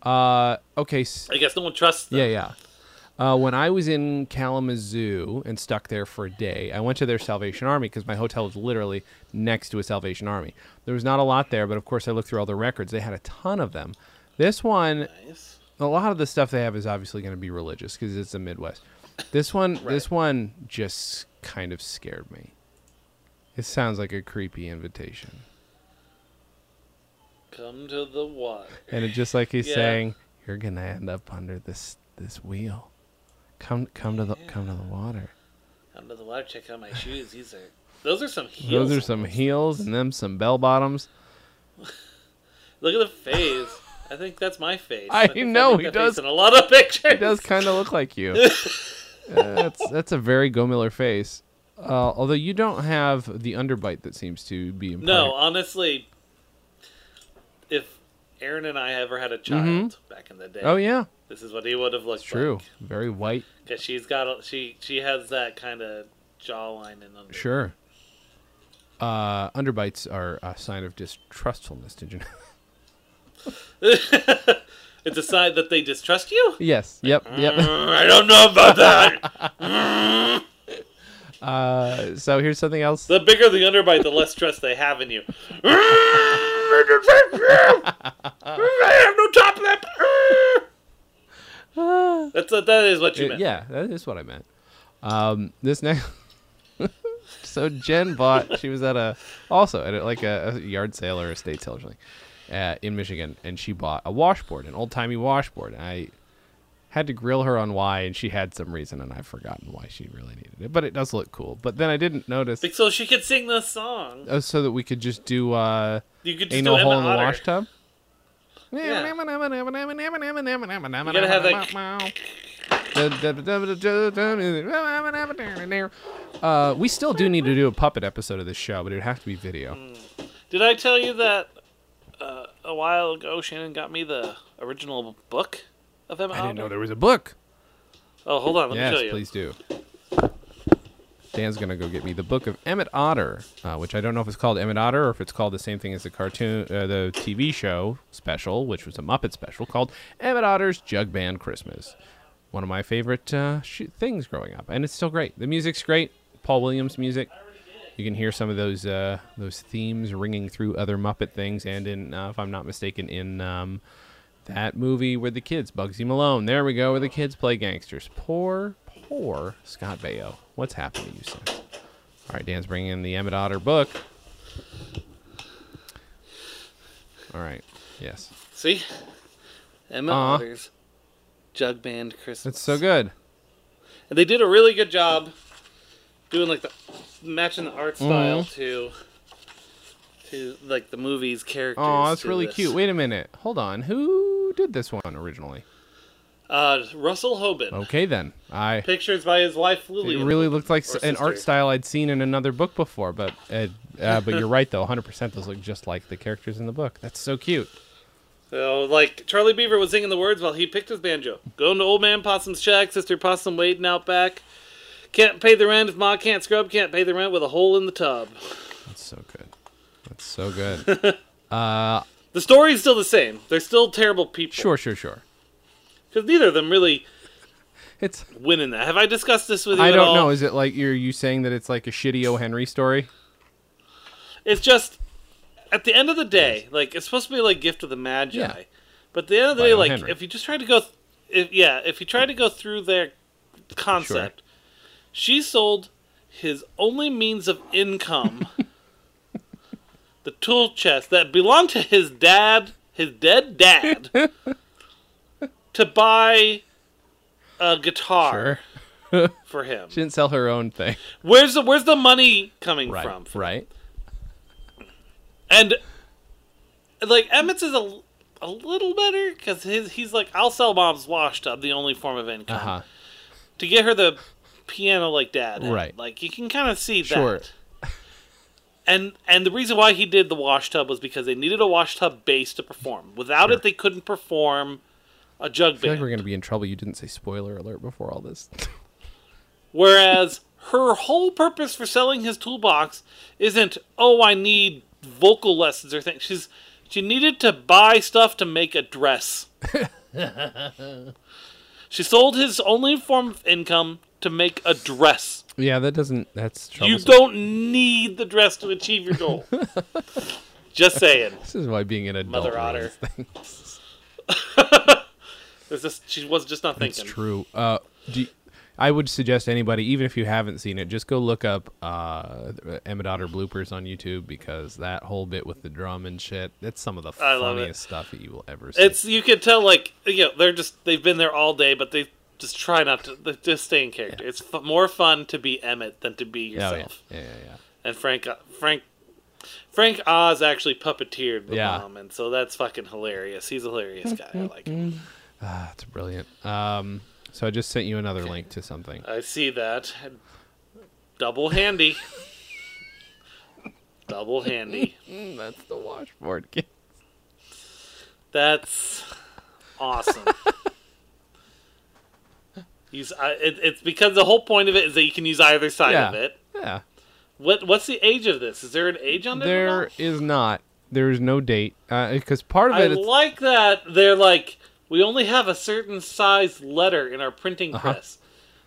Speaker 2: Uh, okay. s
Speaker 1: I guess no one trusts them.
Speaker 2: yeah, yeah. Uh, when I was in Kalamazoo and stuck there for a day, I went to their Salvation Army because my hotel was literally next to a Salvation Army. There was not a lot there, but of course I looked through all the records. They had a ton of them. This one,
Speaker 1: Nice.
Speaker 2: a lot of the stuff they have is obviously going to be religious because it's the Midwest. This one, this one just kind of scared me. It sounds like a creepy invitation.
Speaker 1: Come to the water.
Speaker 2: and it's just like he's
Speaker 1: Yeah.
Speaker 2: saying, "You're gonna end up under this this wheel. Come come to the come to the water.
Speaker 1: Come to the water. Check out my shoes. These are those are some heels.
Speaker 2: Those are some heels and them some bell bottoms.
Speaker 1: Look at the face. I think that's my face.
Speaker 2: I
Speaker 1: think
Speaker 2: know,
Speaker 1: make
Speaker 2: he
Speaker 1: that
Speaker 2: does.
Speaker 1: face in a lot of pictures.
Speaker 2: It does kind of look like you. Uh, that's that's a very Go Miller face. Uh, although you don't have the underbite that seems to be implied.
Speaker 1: No, honestly, if Aaron and I ever had a child back in the day,
Speaker 2: Oh yeah,
Speaker 1: this is what he would have looked
Speaker 2: true.
Speaker 1: like.
Speaker 2: Very white.
Speaker 1: Because she's got a, she she has that kind of jawline and under.
Speaker 2: Sure. Uh, underbites are a sign of distrustfulness. Did you know?
Speaker 1: It's a sign that they distrust you.
Speaker 2: yes. Yep. Yep.
Speaker 1: Mm, I don't know about that. Uh.
Speaker 2: so here's something else.
Speaker 1: The bigger the underbite, the less trust they have in you. I have no top lip. That's what, that is what you
Speaker 2: Uh,
Speaker 1: meant.
Speaker 2: yeah, that is what I meant. Um, this next. so Jen bought. She was at a also at a, like a, a yard sale or estate sale or something uh, in Michigan, and she bought a washboard, an old timey washboard. And I had to grill her on why, and she had some reason, and I've forgotten why she really needed it. But it does look cool. But then I didn't notice.
Speaker 1: Like, so she could sing this song.
Speaker 2: Oh, so that we could just do uh,
Speaker 1: You could just
Speaker 2: ain't
Speaker 1: do
Speaker 2: no
Speaker 1: Emma
Speaker 2: hole in the
Speaker 1: Otter.
Speaker 2: wash tub.
Speaker 1: Yeah.
Speaker 2: You
Speaker 1: have
Speaker 2: Uh, we still do need to do a puppet episode of this show, but it would have to be video.
Speaker 1: Did I tell you that uh, a while ago Shannon got me the original book of Emma
Speaker 2: I didn't
Speaker 1: Otter?
Speaker 2: know there was a book.
Speaker 1: Oh, hold on. Let me show
Speaker 2: Yes,
Speaker 1: you.
Speaker 2: please do. Dan's gonna go get me the book of Emmett Otter, uh, which I don't know if it's called Emmett Otter or if it's called the same thing as the cartoon, uh, the TV show special, which was a Muppet special called Emmett Otter's Jug Band Christmas. One of my favorite uh, sh- things growing up, and it's still great. The music's great. Paul Williams music. You can hear some of those uh, those themes ringing through other Muppet things, and in, uh, if I'm not mistaken, in um, that movie with the kids, Bugsy Malone. There we go, where the kids play gangsters. Poor, poor Scott Baio. What's happened to you, since? All right, Dan's bringing in the Emmett Otter book. All right, yes,
Speaker 1: See? Emma
Speaker 2: Aw.
Speaker 1: Waters, Jug Band Christmas.
Speaker 2: Uh-huh. that's so good.
Speaker 1: And they did a really good job doing like the matching the
Speaker 2: Mm-hmm.
Speaker 1: art style to to like the movie's characters.
Speaker 2: Oh, that's
Speaker 1: to
Speaker 2: really
Speaker 1: this.
Speaker 2: cute. Wait a minute, hold on. Who did this one originally?
Speaker 1: Uh, Russell Hoban.
Speaker 2: Okay, then I.
Speaker 1: Pictures by his wife Lily.
Speaker 2: It Oh. really looked like s-
Speaker 1: or
Speaker 2: an art
Speaker 1: sister.
Speaker 2: style I'd seen in another book before, but uh, uh, but you're right though, 100% those look just like the characters in the book. That's so cute.
Speaker 1: So, like Charlie Beaver was singing the words while he picked his banjo. Going to old man Possum's shack, sister Possum waiting out back. Can't pay the rent if Ma can't scrub. Can't pay the rent with a hole in the tub.
Speaker 2: That's so good. That's so good.
Speaker 1: The story's still the same. They're still terrible people.
Speaker 2: sure, sure, sure.
Speaker 1: Because neither of them really
Speaker 2: It's
Speaker 1: win in that. Have I discussed this with you?
Speaker 2: I
Speaker 1: at
Speaker 2: don't
Speaker 1: all?
Speaker 2: know. Is it like you're you saying that it's like a shitty O. Henry story?
Speaker 1: It's just at the end of the day, like it's supposed to be like Gift of the Magi,
Speaker 2: Yeah.
Speaker 1: but at the end of the
Speaker 2: By
Speaker 1: day,
Speaker 2: O.
Speaker 1: like
Speaker 2: Henry.
Speaker 1: if you just try to go, th- if yeah, if you try to go through their concept, she sold his only means of income, the tool chest that belonged to his dad, his dead dad, to buy a guitar for him.
Speaker 2: She didn't sell her own thing.
Speaker 1: Where's the where's the money coming
Speaker 2: Right.
Speaker 1: from? for
Speaker 2: Right.
Speaker 1: And like Emmett's is a, a little better because his he's like I'll sell mom's wash tub, the only form of income,
Speaker 2: Uh huh.
Speaker 1: to get her the piano like dad. had.
Speaker 2: Right.
Speaker 1: Like you can kind of see
Speaker 2: Sure.
Speaker 1: that. And and the reason why he did the wash tub was because they needed a wash tub bass to perform. Without
Speaker 2: Sure.
Speaker 1: it, they couldn't perform a jug
Speaker 2: I feel like
Speaker 1: band.
Speaker 2: we're gonna be in trouble. You didn't say spoiler alert before all this.
Speaker 1: Whereas her whole purpose for selling his toolbox isn't, oh, I need vocal lessons or things. She's she needed to buy stuff to make a dress. she sold his only form of income to make a dress.
Speaker 2: yeah, that doesn't. That's
Speaker 1: You
Speaker 2: troublesome.
Speaker 1: don't need the dress to achieve your goal. Just saying.
Speaker 2: This is why being an adult.
Speaker 1: Mother Otter.
Speaker 2: ruins
Speaker 1: It's just, she was just not
Speaker 2: It's
Speaker 1: thinking.
Speaker 2: true. Uh, do you- I would suggest anybody, even if you haven't seen it, just go look up uh, Emmett Otter bloopers on YouTube because that whole bit with the drum and shit, that's some of the
Speaker 1: I love it.
Speaker 2: funniest stuff that you will ever see.
Speaker 1: It's you can tell like you know they're just they've been there all day, but they just try not to they just stay in character. It's f- more fun to be Emmett than to be
Speaker 2: Oh, yeah.
Speaker 1: yourself.
Speaker 2: Yeah, yeah,
Speaker 1: And Frank uh, Frank Frank Oz actually puppeteered the
Speaker 2: Yeah.
Speaker 1: mom, and so that's fucking hilarious. He's a hilarious guy. I like. Him.
Speaker 2: yeah. Ah, That's brilliant. Um, so I just sent you another link to something.
Speaker 1: I see that. Double handy. Double handy.
Speaker 2: That's the washboard kid.
Speaker 1: That's awesome. Use I it, it's because the whole point of it is that you can use either side of
Speaker 2: Yeah.
Speaker 1: it.
Speaker 2: Yeah.
Speaker 1: What what's the age of this? Is there an age on there?
Speaker 2: There is not. There is no date because part of
Speaker 1: I
Speaker 2: it. it's-
Speaker 1: like that they're like we only have a certain size letter in our printing
Speaker 2: Uh-huh.
Speaker 1: press.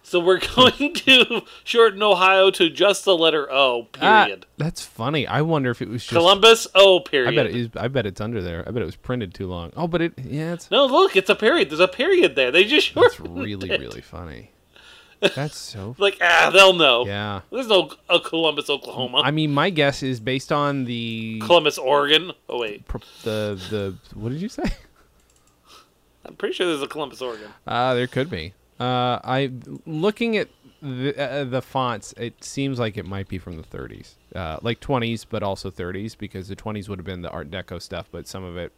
Speaker 1: So we're going to shorten Ohio to just the letter O,
Speaker 2: Ah,
Speaker 1: period.
Speaker 2: that's funny. I wonder if it was just.
Speaker 1: Columbus O
Speaker 2: I
Speaker 1: period.
Speaker 2: bet it is. I bet it's under there. I bet it was printed too long. Oh, but it. Yeah, it's
Speaker 1: No, look, it's a period. There's a period there. They just
Speaker 2: That's
Speaker 1: shortened
Speaker 2: really,
Speaker 1: it.
Speaker 2: really funny. That's so.
Speaker 1: like ah, they'll know.
Speaker 2: Yeah.
Speaker 1: There's no uh, Columbus, Oklahoma.
Speaker 2: I mean, my guess is based on the
Speaker 1: Columbus, Oregon. Oh wait,
Speaker 2: pro- the the what did you say?
Speaker 1: I'm pretty sure there's a Columbus, Oregon.
Speaker 2: Uh, there could be. Uh, I looking at the uh, the fonts, it seems like it might be from the 30s, uh, like 20s, but also 30s because the 20s would have been the Art Deco stuff, but some of it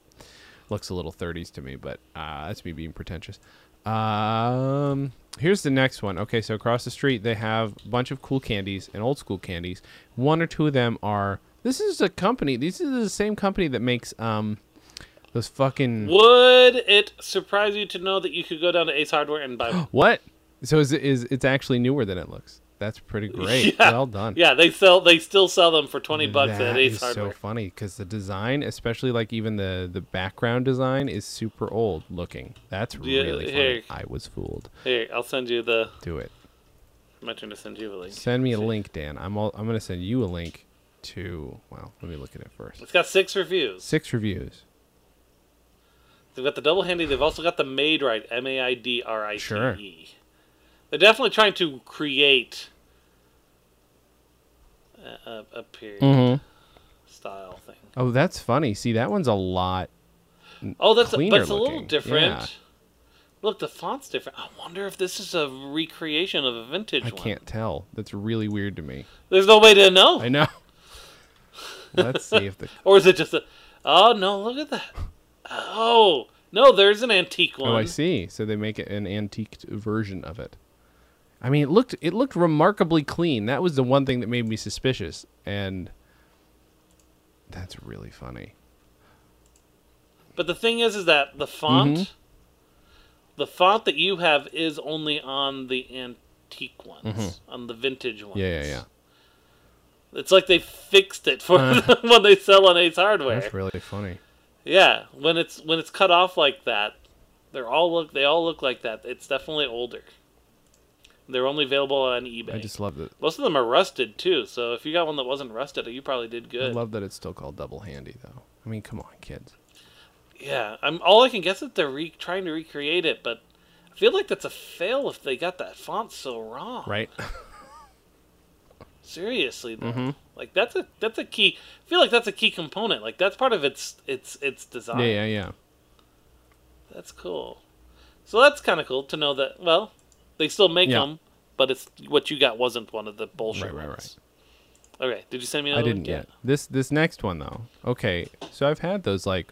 Speaker 2: looks a little 30s to me. But uh, that's me being pretentious. Um, here's the next one. Okay, so across the street they have a bunch of cool candies and old school candies. One or two of them are. This is a company. This is the same company that makes um those fucking
Speaker 1: Would it surprise you to know that you could go down to Ace Hardware and buy? one?
Speaker 2: What? So is is it's actually newer than it looks? That's pretty great.
Speaker 1: Yeah.
Speaker 2: Well done.
Speaker 1: yeah, they sell. They still sell them for twenty bucks at
Speaker 2: That
Speaker 1: Ace
Speaker 2: is so
Speaker 1: Hardware.
Speaker 2: funny because the design, especially like even the the background design, is super old looking. That's
Speaker 1: Yeah,
Speaker 2: really funny.
Speaker 1: here.
Speaker 2: I was fooled.
Speaker 1: Here, I'll send you the.
Speaker 2: Do it.
Speaker 1: My turn to send you a link.
Speaker 2: Send me a link, Dan. I'm all, I'm gonna send you a link to. Well, let me look at it first.
Speaker 1: It's got six reviews.
Speaker 2: Six reviews.
Speaker 1: They've got the double handy. They've also got the made right. M A I D R I T E.
Speaker 2: Sure.
Speaker 1: They're definitely trying to create a, a, a period
Speaker 2: Mm-hmm.
Speaker 1: style thing.
Speaker 2: Oh, that's funny. See, that one's a lot.
Speaker 1: Oh, that's a, but
Speaker 2: cleaner
Speaker 1: it's a little
Speaker 2: looking.
Speaker 1: different.
Speaker 2: Yeah.
Speaker 1: Look, the font's different. I wonder if this is a recreation of a vintage
Speaker 2: I
Speaker 1: one.
Speaker 2: can't tell. That's really weird to me.
Speaker 1: There's no way to know.
Speaker 2: I know. Let's see if the
Speaker 1: Or is it just a? Oh no! Look at that. Oh no! There's an antique one.
Speaker 2: Oh, I see. So they make it an antiqued version of it. I mean, it looked it looked remarkably clean. That was the one thing that made me suspicious, and that's really funny.
Speaker 1: But the thing is, is that the
Speaker 2: Mm-hmm.
Speaker 1: font, the font that you have is only on the antique ones, on the vintage ones.
Speaker 2: Mm-hmm. Yeah, yeah, yeah.
Speaker 1: It's like they fixed it for when they sell on Ace Hardware.
Speaker 2: Uh-huh. That's really funny.
Speaker 1: Yeah, when it's when it's cut off like that, they're all look they all look like that. It's definitely older. They're only available on eBay.
Speaker 2: I just love that.
Speaker 1: Most of them are rusted too, so if you got one that wasn't rusted, you probably did
Speaker 2: I
Speaker 1: good.
Speaker 2: love that it's still called double handy, though. I mean, come on, kids.
Speaker 1: yeah, I'm all I can guess is they're re- trying to recreate it, but I feel like that's a fail if they got that font so wrong.
Speaker 2: Right?
Speaker 1: Seriously, though.
Speaker 2: Mm-hmm.
Speaker 1: like that's a that's a key. I feel like that's a key component. Like that's part of its its its design.
Speaker 2: yeah, yeah, yeah.
Speaker 1: That's cool. So that's kind of cool to know that. Well, they still make
Speaker 2: Yeah.
Speaker 1: them, but it's what you got wasn't one of the bullshit
Speaker 2: Right, right,
Speaker 1: ones. Okay, did you send me
Speaker 2: I
Speaker 1: another?
Speaker 2: didn't
Speaker 1: link
Speaker 2: yet. This this next one though. Okay, so I've had those like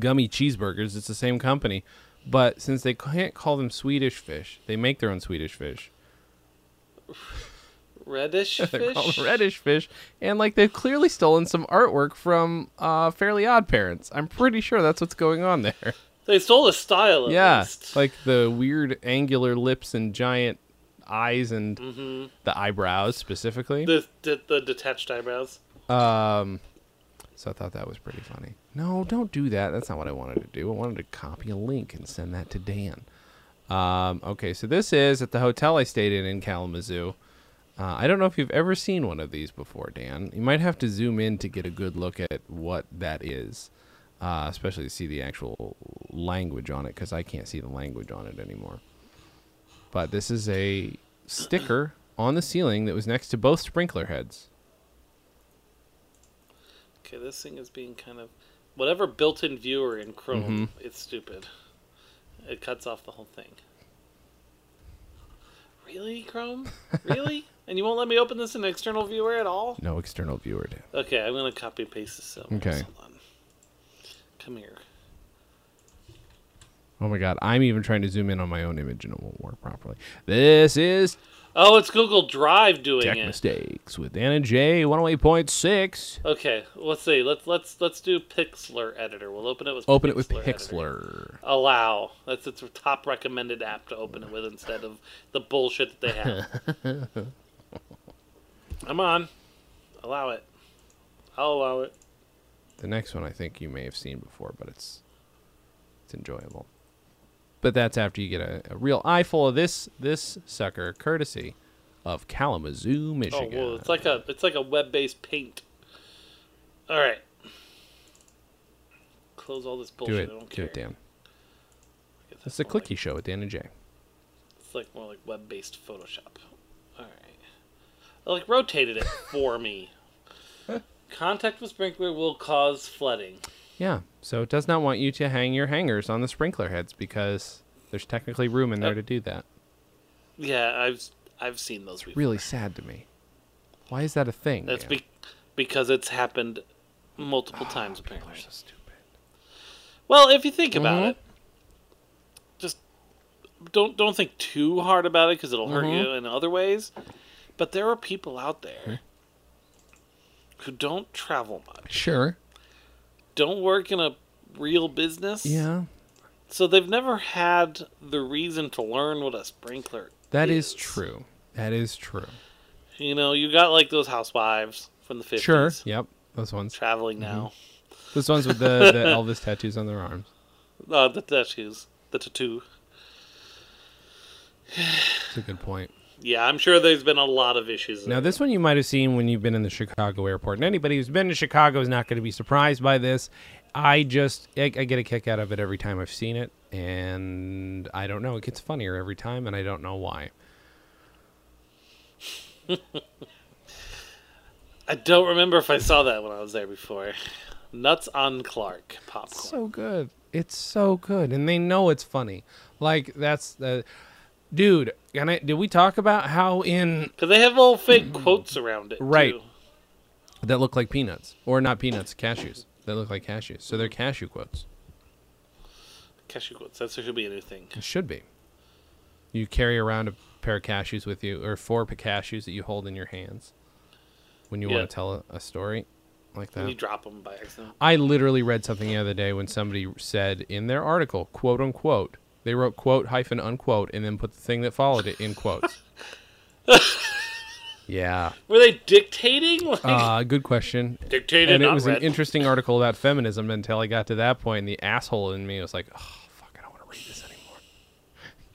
Speaker 2: gummy cheeseburgers. It's the same company, but since they can't call them Swedish fish, they make their own Swedish fish.
Speaker 1: Reddish fish.
Speaker 2: They're called reddish fish, and like they've clearly stolen some artwork from uh, Fairly Odd Parents. I'm pretty sure that's what's going on there.
Speaker 1: They stole the style. At
Speaker 2: yeah,
Speaker 1: least.
Speaker 2: like the weird angular lips and giant eyes and
Speaker 1: Mm-hmm.
Speaker 2: the eyebrows specifically.
Speaker 1: the, the the detached eyebrows.
Speaker 2: So I thought that was pretty funny. No, don't do that. That's not what I wanted to do. I wanted to copy a link and send that to Dan. Um, okay, so this is at the hotel I stayed in in Kalamazoo. Uh, I don't know if you've ever seen one of these before, Dan. You might have to zoom in to get a good look at what that is, uh, especially to see the actual language on it, because I can't see the language on it anymore. But this is a sticker on the ceiling that was next to both sprinkler heads.
Speaker 1: Okay, this thing is being kind of whatever built-in viewer in
Speaker 2: Mm-hmm.
Speaker 1: Chrome. It's stupid. It cuts off the whole thing. Really, Chrome? Really? and you won't let me open this in external viewer at all?
Speaker 2: No external viewer, Dan.
Speaker 1: Okay, I'm gonna copy and paste this. Somewhere.
Speaker 2: Okay.
Speaker 1: Hold on. Come here.
Speaker 2: Oh my god, I'm even trying to zoom in on my own image and it won't work properly. This is
Speaker 1: Oh, it's Google Drive doing
Speaker 2: Tech
Speaker 1: it.
Speaker 2: Mistakes with Dan and Jay 108.6.
Speaker 1: Okay, let's see. Let's let's let's do Pixlr Editor. We'll open it with
Speaker 2: Open it with
Speaker 1: Editor.
Speaker 2: Pixlr.
Speaker 1: Allow. That's its top recommended app to open it with instead of the bullshit that they have. I'm on. Allow it. I'll allow it.
Speaker 2: The next one I think you may have seen before, but it's it's enjoyable. But that's after you get a, a real eyeful of this this sucker, courtesy of Kalamazoo,
Speaker 1: Oh
Speaker 2: Michigan.
Speaker 1: well, it's like a it's like a web based paint. All right. Close all this
Speaker 2: do
Speaker 1: bullshit.
Speaker 2: it,
Speaker 1: I don't
Speaker 2: do
Speaker 1: care.
Speaker 2: it, Dan.
Speaker 1: Get that
Speaker 2: It's the
Speaker 1: going.
Speaker 2: clicky show with Dan and Jay.
Speaker 1: It's like more like web based Photoshop. Alright. I like rotated it for me. Contact with sprinkler will cause flooding.
Speaker 2: Yeah, so it does not want you to hang your hangers on the sprinkler heads because there's technically room in there
Speaker 1: Yep.
Speaker 2: to do that.
Speaker 1: Yeah, I've I've seen those before.
Speaker 2: really sad to me. Why is that a thing?
Speaker 1: That's
Speaker 2: Dan?
Speaker 1: be- because it's happened
Speaker 2: Ah,
Speaker 1: multiple times apparently.
Speaker 2: so stupid.
Speaker 1: Well, if you think about
Speaker 2: Mhm.
Speaker 1: it, just don't don't think too hard about it because it'll hurt
Speaker 2: Mm-hmm.
Speaker 1: you in other ways. But there are people out
Speaker 2: Hmm.
Speaker 1: there who don't travel much,
Speaker 2: Sure.
Speaker 1: don't work in a real business.
Speaker 2: Yeah,
Speaker 1: So they've never had the reason to learn what a sprinkler
Speaker 2: that is true. That is true.
Speaker 1: You know, you got like those housewives from the 50s
Speaker 2: Sure. Mm-hmm. Yep. Those ones.
Speaker 1: traveling now.
Speaker 2: Those ones with the, the Elvis tattoos on their arms.
Speaker 1: Uh, the tattoos, the tattoo.
Speaker 2: That's a good point.
Speaker 1: Yeah, I'm sure there's been a lot of issues.
Speaker 2: Now,
Speaker 1: there.
Speaker 2: this one you might have seen when you've been in the Chicago airport, and anybody who's been to Chicago is not going to be surprised by this. I just I, I get a kick out of it every time I've seen it, and I don't know. It gets funnier every time, and I don't know why.
Speaker 1: I don't remember if I saw that when I was there before. Nuts on Clark popcorn.
Speaker 2: So good. It's so good, and they know it's funny. Like that's the dude. Can I? Did we talk about how in
Speaker 1: Because they have all fake quotes around it.
Speaker 2: Right.
Speaker 1: too.
Speaker 2: that look like peanuts or not peanuts? Cashews. That look like cashews. So they're cashew quotes.
Speaker 1: Cashew quotes. That should be a new thing.
Speaker 2: It should be. You carry around a pair of cashews with you, or four pa- cashews that you hold in your hands when you
Speaker 1: Yeah.
Speaker 2: want to tell a, a story like
Speaker 1: And you
Speaker 2: that.
Speaker 1: drop them by accident.
Speaker 2: I literally read something the other day when somebody said in their article, quote unquote, they wrote quote hyphen unquote, and then put the thing that followed it in quotes. yeah.
Speaker 1: Were they dictating? Like,
Speaker 2: Uh, good question.
Speaker 1: dictated,
Speaker 2: And it
Speaker 1: not
Speaker 2: was
Speaker 1: read.
Speaker 2: an interesting article about feminism until I got to that point, and the asshole in me was like, oh, fuck, I don't want to read this anymore.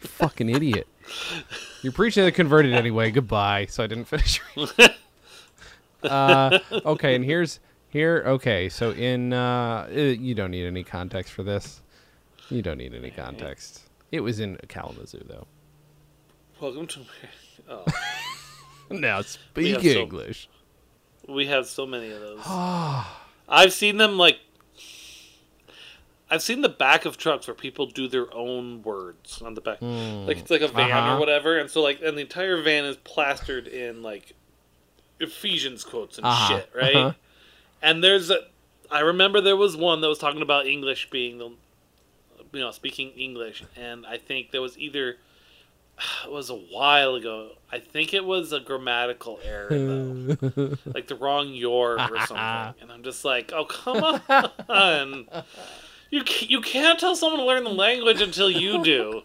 Speaker 2: You fucking idiot. You're preaching to the converted anyway. Goodbye. So I didn't finish reading. uh, okay, and here's here. Okay, so in uh, eh, you don't need any context for this. You don't need any context. It was in Kalamazoo, though.
Speaker 1: Welcome to America.
Speaker 2: Now
Speaker 1: have
Speaker 2: speak
Speaker 1: some-
Speaker 2: English.
Speaker 1: We have so many of those. I've seen them like. I've seen the back of trucks where people do their own words on the back. Like it's like a van
Speaker 2: Uh-huh.
Speaker 1: or whatever, and so like and the entire van is plastered in like Ephesians quotes and
Speaker 2: Uh-huh,
Speaker 1: shit, right?
Speaker 2: uh-huh.
Speaker 1: And there's a I remember there was one that was talking about English being the you know, speaking English and I think there was either it was a while ago. I think it was a grammatical error though like the wrong your or something, and I'm just like, oh come on, you ca- you can't tell someone to learn the language until you do.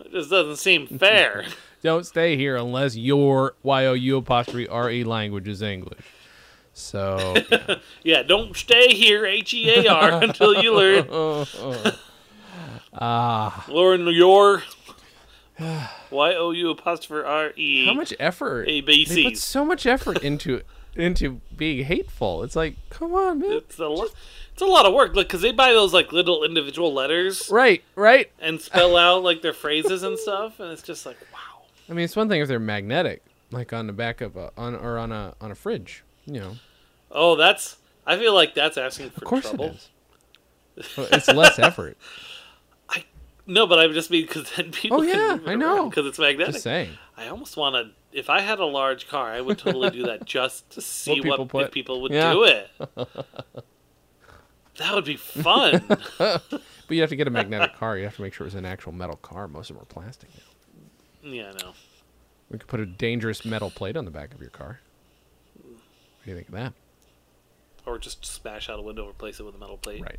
Speaker 1: It just doesn't seem fair.
Speaker 2: don't stay here unless your y o u apostrophe r e language is English. So yeah.
Speaker 1: Yeah, don't stay here H E A R until you learn.
Speaker 2: Ah.
Speaker 1: learn your Y O U apostrophe R E.
Speaker 2: how much effort?
Speaker 1: A, B,
Speaker 2: They put
Speaker 1: Cs.
Speaker 2: so much effort into into being hateful. It's like, come on, man.
Speaker 1: It's a lot. It's a lot of work, like, cause they buy those like little individual letters
Speaker 2: Right, right.
Speaker 1: and spell out like their phrases and stuff, and it's just like, wow.
Speaker 2: I mean, it's one thing if they're magnetic, like on the back of a on or on a on a fridge. You know,
Speaker 1: Oh, that's. I feel like that's asking for
Speaker 2: of course
Speaker 1: trouble.
Speaker 2: it is. Well, it's less effort.
Speaker 1: No, but I would just mean because then people.
Speaker 2: Oh, yeah, I know.
Speaker 1: Because it's magnetic.
Speaker 2: Just saying.
Speaker 1: I almost want to. If I had a large car, I would totally do that just to see what,
Speaker 2: What people put.
Speaker 1: if people would
Speaker 2: Yeah.
Speaker 1: do it. that would be fun.
Speaker 2: But you have to get a magnetic car. You have to make sure it's an actual metal car. Most of them are plastic now.
Speaker 1: yeah, I know.
Speaker 2: We could put a dangerous metal plate on the back of your car. What do you think of that?
Speaker 1: Or just smash out a window, replace it with a metal plate.
Speaker 2: Right.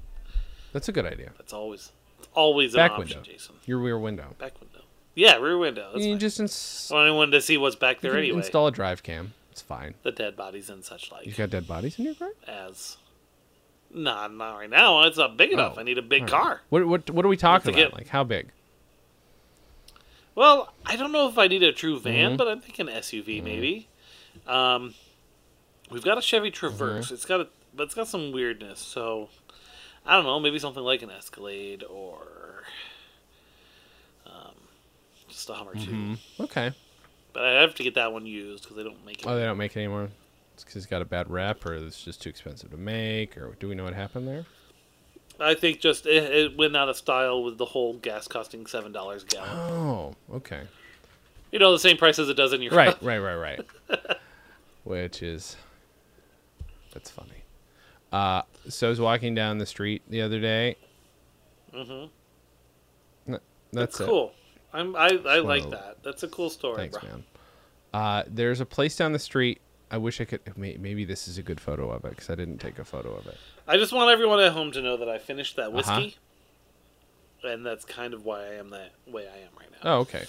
Speaker 2: That's a good idea.
Speaker 1: That's always, it's always
Speaker 2: Back
Speaker 1: an option,
Speaker 2: window.
Speaker 1: Jason.
Speaker 2: Your rear window.
Speaker 1: Back window. Yeah, rear window. That's
Speaker 2: you
Speaker 1: fine.
Speaker 2: just ins-
Speaker 1: I only wanted to see what's back
Speaker 2: you
Speaker 1: there
Speaker 2: can
Speaker 1: anyway.
Speaker 2: install a drive cam. It's fine.
Speaker 1: the dead bodies and such like.
Speaker 2: You got dead bodies in your car?
Speaker 1: as nah, not right now. It's not big enough.
Speaker 2: Oh,
Speaker 1: I need a big
Speaker 2: all right.
Speaker 1: car.
Speaker 2: What what what are we talking
Speaker 1: Let's get-
Speaker 2: about? Like how big?
Speaker 1: Well, I don't know if I need a true van,
Speaker 2: Mm-hmm.
Speaker 1: but I'm thinking SUV maybe. Um, we've got a Chevy Traverse.
Speaker 2: Mm-hmm.
Speaker 1: It's got a, but it's got some weirdness. So I don't know. Maybe something like an Escalade or um, just a Hummer
Speaker 2: Mm-hmm.
Speaker 1: too.
Speaker 2: Okay.
Speaker 1: But I have to get that one used because they don't make it.
Speaker 2: Oh, they don't make it anymore. It's 'cause it's got a bad rep, or it's just too expensive to make, or do we know what happened there?
Speaker 1: I think just it, it went out of style with the whole gas costing seven dollars a gallon.
Speaker 2: Oh, okay.
Speaker 1: You know, the same price as it does in your
Speaker 2: Right, right, right, right. Which is that's funny. Uh, so I was walking down the street the other day. Mm-hmm. That's, it.
Speaker 1: cool. I'm, I, I like
Speaker 2: of-
Speaker 1: that. That's a cool story,
Speaker 2: Thanks,
Speaker 1: bro.
Speaker 2: man. Uh, there's a place down the street. I wish I could. May, maybe this is a good photo of it because I didn't take a photo of it.
Speaker 1: I just want everyone at home to know that I finished that
Speaker 2: Uh-huh.
Speaker 1: whiskey, and that's kind of why I am that way I am right now.
Speaker 2: Oh, okay.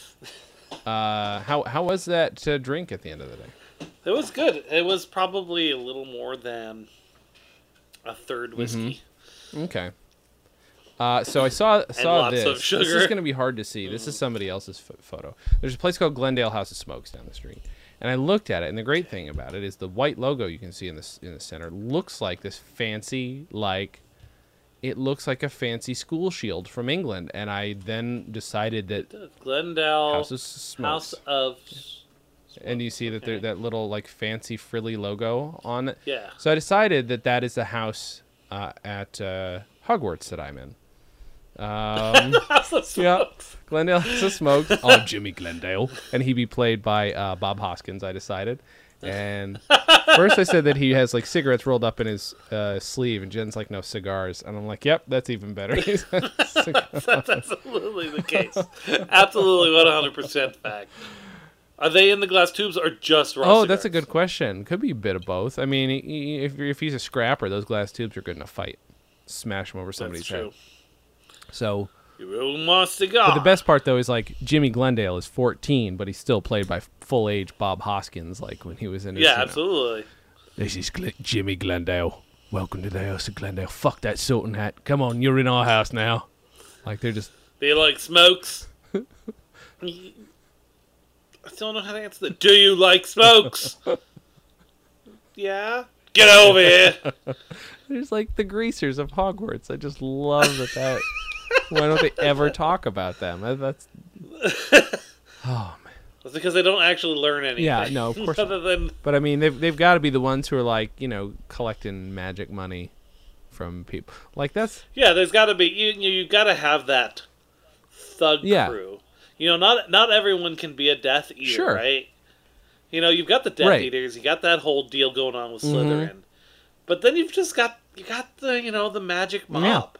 Speaker 2: Uh, how how was that uh, drink at the end of the day?
Speaker 1: It was good. It was probably a
Speaker 2: Mm-hmm.
Speaker 1: little more than a third whiskey.
Speaker 2: Okay. Uh, so I saw saw
Speaker 1: lots
Speaker 2: this.
Speaker 1: of
Speaker 2: This
Speaker 1: sugar. Mm.
Speaker 2: is going to be hard to see. This is somebody else's ph photo. There's a place called Glendale House of Smokes down the street, and I looked at it. And the great thing about it is the white logo you can see in this in the center looks like this fancy like. It looks like a fancy school shield from England, and I then decided that
Speaker 1: Glendale
Speaker 2: House of
Speaker 1: House
Speaker 2: Smokes.
Speaker 1: of
Speaker 2: and you see that there that little like fancy frilly logo on it.
Speaker 1: Yeah.
Speaker 2: So I decided that that is the house uh, at uh, Hogwarts that I'm in.
Speaker 1: House of
Speaker 2: Yeah,
Speaker 1: Smokes.
Speaker 2: Glendale House of Smokes. Oh, Jimmy Glendale, and he'd be played by uh, Bob Hoskins. I decided. And first, I said that he has like cigarettes rolled up in his uh, sleeve, and Jen's like, "No cigars," and I'm like, "Yep, that's even better."
Speaker 1: That's absolutely the case. Absolutely, one hundred percent fact. Are they in the glass tubes or just raw?
Speaker 2: oh, that's a
Speaker 1: cigars?
Speaker 2: good question. Could be a bit of both. I mean, i- i- if if he's a scrapper, those glass tubes are good in a fight. Smash them over somebody's
Speaker 1: That's true.
Speaker 2: head. So
Speaker 1: You roll my cigar.
Speaker 2: But the best part though is like Jimmy Glendale is 14, but he's still played by full age Bob Hoskins, like when he was in. His,
Speaker 1: Yeah,
Speaker 2: you know,
Speaker 1: absolutely.
Speaker 2: This is Gl- Jimmy Glendale. Welcome to the house of Glendale. Fuck that Sultan hat. Come on, you're in our house now. Like they're just
Speaker 1: Do you like smokes? I still don't know how to answer that. Do you like smokes? yeah. Get over here.
Speaker 2: there's like the greasers of Hogwarts. I just love that. that why don't they ever talk about them? That- That's
Speaker 1: That's because they don't actually learn anything.
Speaker 2: Yeah, no, of course
Speaker 1: Other than
Speaker 2: But I mean, they've they've got to be the ones who are like you know collecting magic money from people. Like that's
Speaker 1: yeah, there's got to be you. You, you got to have that thug
Speaker 2: Yeah.
Speaker 1: crew. You know, not not everyone can be a Death Eater,
Speaker 2: Sure.
Speaker 1: right? You know, you've got the Death
Speaker 2: Right. Mm-hmm.
Speaker 1: Eaters. You got that whole deal going on with Slytherin, but then you've just got you got the you know the magic mob,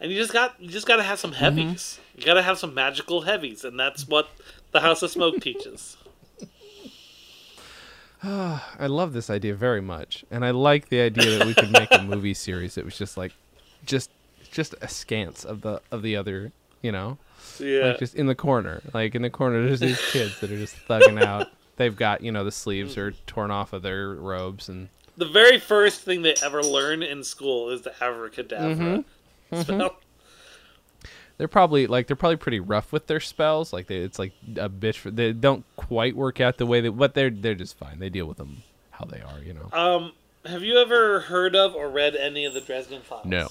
Speaker 1: and you just got you just got to have some
Speaker 2: Mm-hmm.
Speaker 1: heavies. You got to have some magical heavies, and that's what the House of Smoke teaches.
Speaker 2: I love this idea very much, and I like the idea that we could make a movie series that was just like, just just askance of the of the other, you know,
Speaker 1: Yeah,
Speaker 2: like just in the corner, like in the corner, there's these kids that are just thugging out. They've got you know the sleeves are
Speaker 1: Mm.
Speaker 2: torn off of their robes, and
Speaker 1: the very first thing they ever learn in school is the abracadabra
Speaker 2: Mm-hmm.
Speaker 1: spell.
Speaker 2: they're probably like they're probably pretty rough with their spells. Like they, it's like a bitch. For, they don't quite work out the way that, but they're they're just fine. They deal with them how they are, you know.
Speaker 1: Um, have you ever heard of or read any of the Dresden Files?
Speaker 2: No.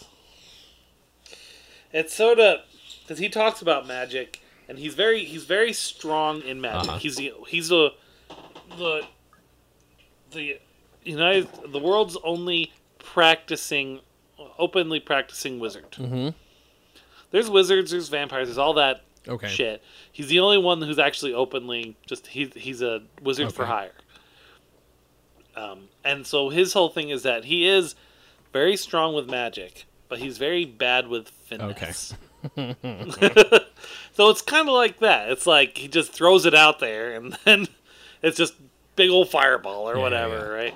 Speaker 1: It's sort of because he talks about magic, and he's very he's very strong in magic.
Speaker 2: Uh-huh.
Speaker 1: He's the he's the the the United the world's only practicing openly practicing wizard. Mm-hmm. There's wizards, there's vampires, there's all that
Speaker 2: Okay.
Speaker 1: shit. He's the only one who's actually openly just he, he's a wizard for
Speaker 2: Okay.
Speaker 1: hire. Um, and so his whole thing is that he is very strong with magic, but he's very bad with finesse. so it's kind of like that. It's like he just throws it out there, and then it's just big old fireball or
Speaker 2: yeah,
Speaker 1: whatever, right?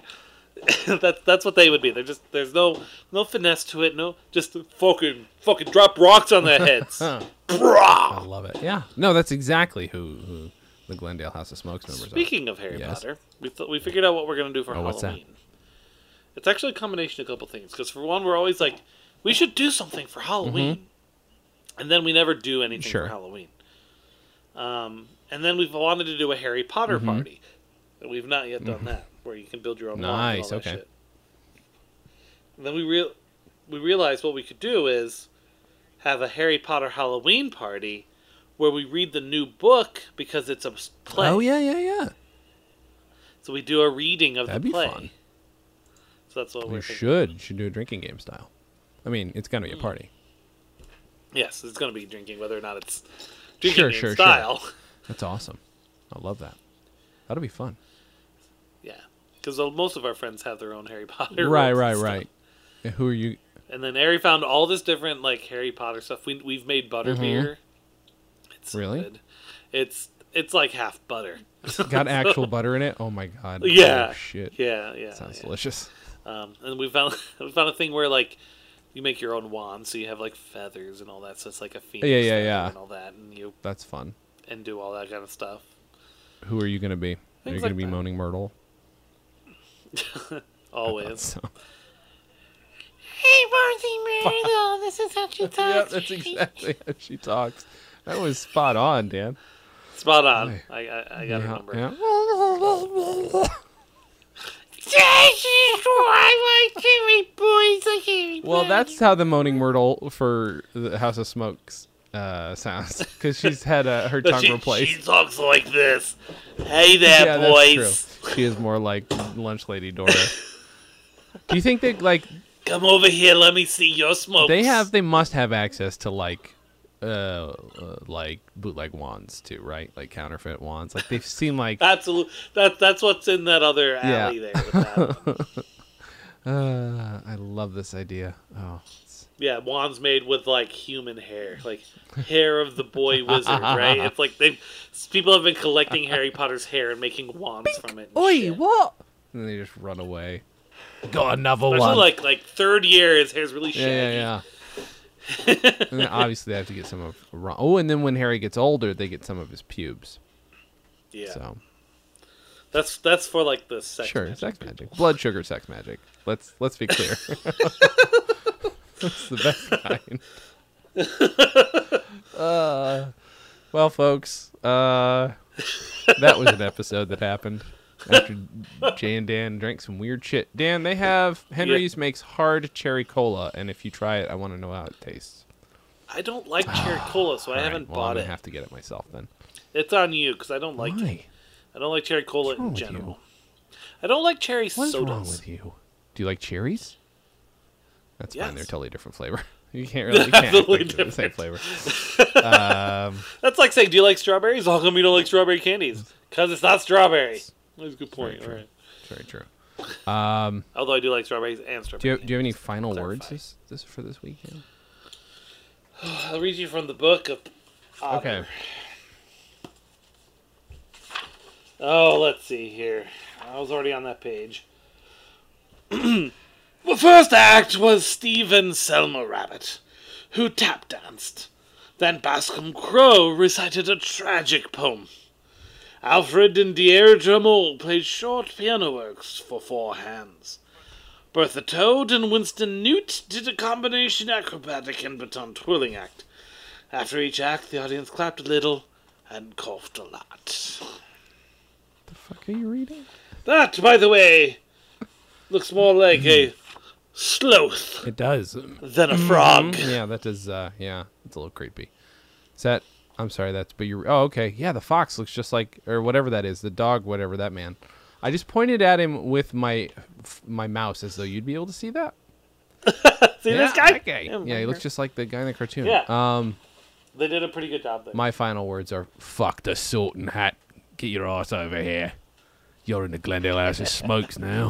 Speaker 1: that's that's what they would be. They're just there's no no finesse to it. No, just fucking fucking drop rocks on their heads.
Speaker 2: I love it. Yeah. No, that's exactly who, who the Glendale House of Smokes members are.
Speaker 1: Speaking of Harry
Speaker 2: Yes.
Speaker 1: Potter, we th- we figured out what we're gonna do for
Speaker 2: Oh,
Speaker 1: Halloween.
Speaker 2: what's that?
Speaker 1: It's actually a combination of a couple things. Because for one, we're always like, we should do something for Halloween, and then we never do anything
Speaker 2: Mm-hmm. Sure.
Speaker 1: for Halloween. Um, and then we've wanted to do a Harry Potter
Speaker 2: Mm-hmm.
Speaker 1: party, and we've not yet done that, where you can build your own. wand and all
Speaker 2: Nice,
Speaker 1: that
Speaker 2: okay.
Speaker 1: shit. And then we real we realized what we could do is have a Harry Potter Halloween party. Where we read the new book because it's a s- play.
Speaker 2: Oh yeah, yeah, yeah.
Speaker 1: So we do a reading of
Speaker 2: That'd
Speaker 1: the
Speaker 2: be
Speaker 1: play.
Speaker 2: fun.
Speaker 1: Oh, So Mm. that's what
Speaker 2: You
Speaker 1: we're thinking.
Speaker 2: should. You should do a drinking game style. I mean, it's gonna be a party.
Speaker 1: Yes, it's going to be drinking, whether or not it's drinking
Speaker 2: Sure,
Speaker 1: game
Speaker 2: sure, sure.
Speaker 1: style.
Speaker 2: That's awesome. I love that. That'll be fun.
Speaker 1: Yeah, because uh, most of our friends have their own Harry Potter.
Speaker 2: right,
Speaker 1: rooms
Speaker 2: right,
Speaker 1: and
Speaker 2: right. Yeah, Who are you?
Speaker 1: stuff. And then Harry found all this different like Harry Potter stuff. We we've made butterbeer. It's so
Speaker 2: Mm-hmm. Really?
Speaker 1: good. It's it's like half butter.
Speaker 2: Got actual butter in it? Oh my god.
Speaker 1: Yeah.
Speaker 2: Oh, shit.
Speaker 1: Yeah, yeah.
Speaker 2: Sounds
Speaker 1: yeah.
Speaker 2: delicious.
Speaker 1: Um, and we found we found a thing where like you make your own wand, so you have like feathers and all that. So it's like a phoenix.
Speaker 2: Yeah, yeah,
Speaker 1: feather
Speaker 2: yeah.
Speaker 1: And all that, and you
Speaker 2: That's fun.
Speaker 1: and do all that kind of stuff.
Speaker 2: Who are you gonna be? Are you
Speaker 1: Things
Speaker 2: gonna
Speaker 1: like
Speaker 2: be
Speaker 1: that.
Speaker 2: moaning Myrtle?
Speaker 1: Always.
Speaker 2: So-
Speaker 1: Hey,
Speaker 5: Marcy Marigold, this is how she
Speaker 2: Yeah,
Speaker 5: talks.
Speaker 2: that's exactly how she talks. That was spot on, Dan.
Speaker 1: Spot on. I, I, I got a
Speaker 2: Yeah,
Speaker 1: number.
Speaker 2: yeah.
Speaker 5: This is why my Jimmy boys like Harry
Speaker 2: Well,
Speaker 5: Potter.
Speaker 2: that's how the moaning Myrtle for the House of Smokes uh, sounds because she's had uh, her
Speaker 1: But
Speaker 2: tongue
Speaker 1: she,
Speaker 2: replaced.
Speaker 1: she talks like this. Hey there, boys.
Speaker 2: that's true. She is more like lunch lady Dora. Do you think that like
Speaker 1: Come over here. Let me see your smoke.
Speaker 2: they have they must have access to like uh, uh like bootleg wands too, right? Like counterfeit wands. Like they seem like
Speaker 1: Absolutely. That, that's what's in that other
Speaker 2: Yeah.
Speaker 1: alley there. With that one.
Speaker 2: uh I love this idea. Oh. it's-
Speaker 1: yeah, wands made with like human hair, like hair of the boy wizard, right? It's like they people have been collecting Harry Potter's hair and making wands from it. and
Speaker 2: Oi,
Speaker 1: shit.
Speaker 2: what? And they just run away. Got another
Speaker 1: Especially
Speaker 2: one.
Speaker 1: like like third year, his hair's really
Speaker 2: yeah,
Speaker 1: shaggy.
Speaker 2: yeah, yeah. and then obviously they have to get some of Ron. Oh, and then when Harry gets older, they get some of his pubes.
Speaker 1: Yeah.
Speaker 2: So
Speaker 1: That's that's for like the sex.
Speaker 2: sure,
Speaker 1: magic.
Speaker 2: sex magic, blood sugar, sex magic. Let's let's be clear. That's the best kind. Uh, well, folks, uh, that was an episode that happened after Jay and Dan drank some weird shit. Dan, they have Henry's makes hard cherry cola, and if you try it, I want to know how it tastes.
Speaker 1: I don't like cherry cola, so I
Speaker 2: Ah, All right,
Speaker 1: haven't
Speaker 2: well, I'm
Speaker 1: bought
Speaker 2: gonna
Speaker 1: it.
Speaker 2: Have to get it myself then.
Speaker 1: It's on you because I don't like it.
Speaker 2: Why?
Speaker 1: I don't like cherry cola
Speaker 2: wrong
Speaker 1: in
Speaker 2: with you?
Speaker 1: general. I don't like cherry
Speaker 2: What's
Speaker 1: sodas.
Speaker 2: wrong with you? Do you like cherries? That's fine. They're
Speaker 1: Yes.
Speaker 2: totally different flavor. You can't really you can't
Speaker 1: Totally
Speaker 2: expect they're the same flavor. um,
Speaker 1: That's like saying, "Do you like strawberries?" How come you don't like strawberry candies? Because it's not strawberry. That's a good point. All right.
Speaker 2: it's very true.
Speaker 1: Although I do like strawberries and strawberry.
Speaker 2: Do you, do you have any
Speaker 1: candies.
Speaker 2: final
Speaker 1: Clarify.
Speaker 2: words this, this for this weekend?
Speaker 1: I'll read you from the book of. uh,
Speaker 2: Okay.
Speaker 1: Oh, let's see here. I was already on that page. the first act was Steve and Selma Rabbit, who tap danced. Then Bascom Crow recited a tragic poem. Alfred and Deirdre Mole played short piano works for four hands. Bertha Toad and Winston Newt did a combination acrobatic and baton twirling act. After each act, the audience clapped a little and coughed a lot.
Speaker 2: The fuck are you reading?
Speaker 1: That, by the way, looks more like a sloth
Speaker 2: It does.
Speaker 1: than a frog.
Speaker 2: Mm-hmm. Yeah, that does. Uh, yeah, it's a little creepy. Is that? I'm sorry. That's. But you're. Oh, okay. Yeah, the fox looks just like, or whatever that is, the dog, whatever that man. I just pointed at him with my f- my mouse as though you'd be able to see that.
Speaker 1: See
Speaker 2: yeah,
Speaker 1: this guy?
Speaker 2: that Yeah, he looks just like the guy in the cartoon.
Speaker 1: Yeah.
Speaker 2: Um,
Speaker 1: They did a pretty good job there.
Speaker 2: my final words are: fuck the Sultan hat. Get your ass over here. You're in the Glendale House of Smokes now.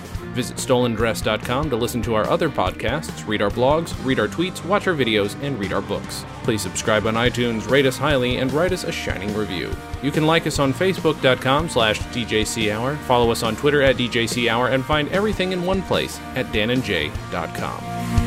Speaker 2: Visit stolendress.com to listen to our other podcasts, read our blogs, read our tweets, watch our videos, and read our books. Please subscribe on iTunes, rate us highly, and write us a shining review. You can like us on facebook.com slash DJC Hour, follow us on Twitter at DJC Hour, and find everything in one place at danandjay.com.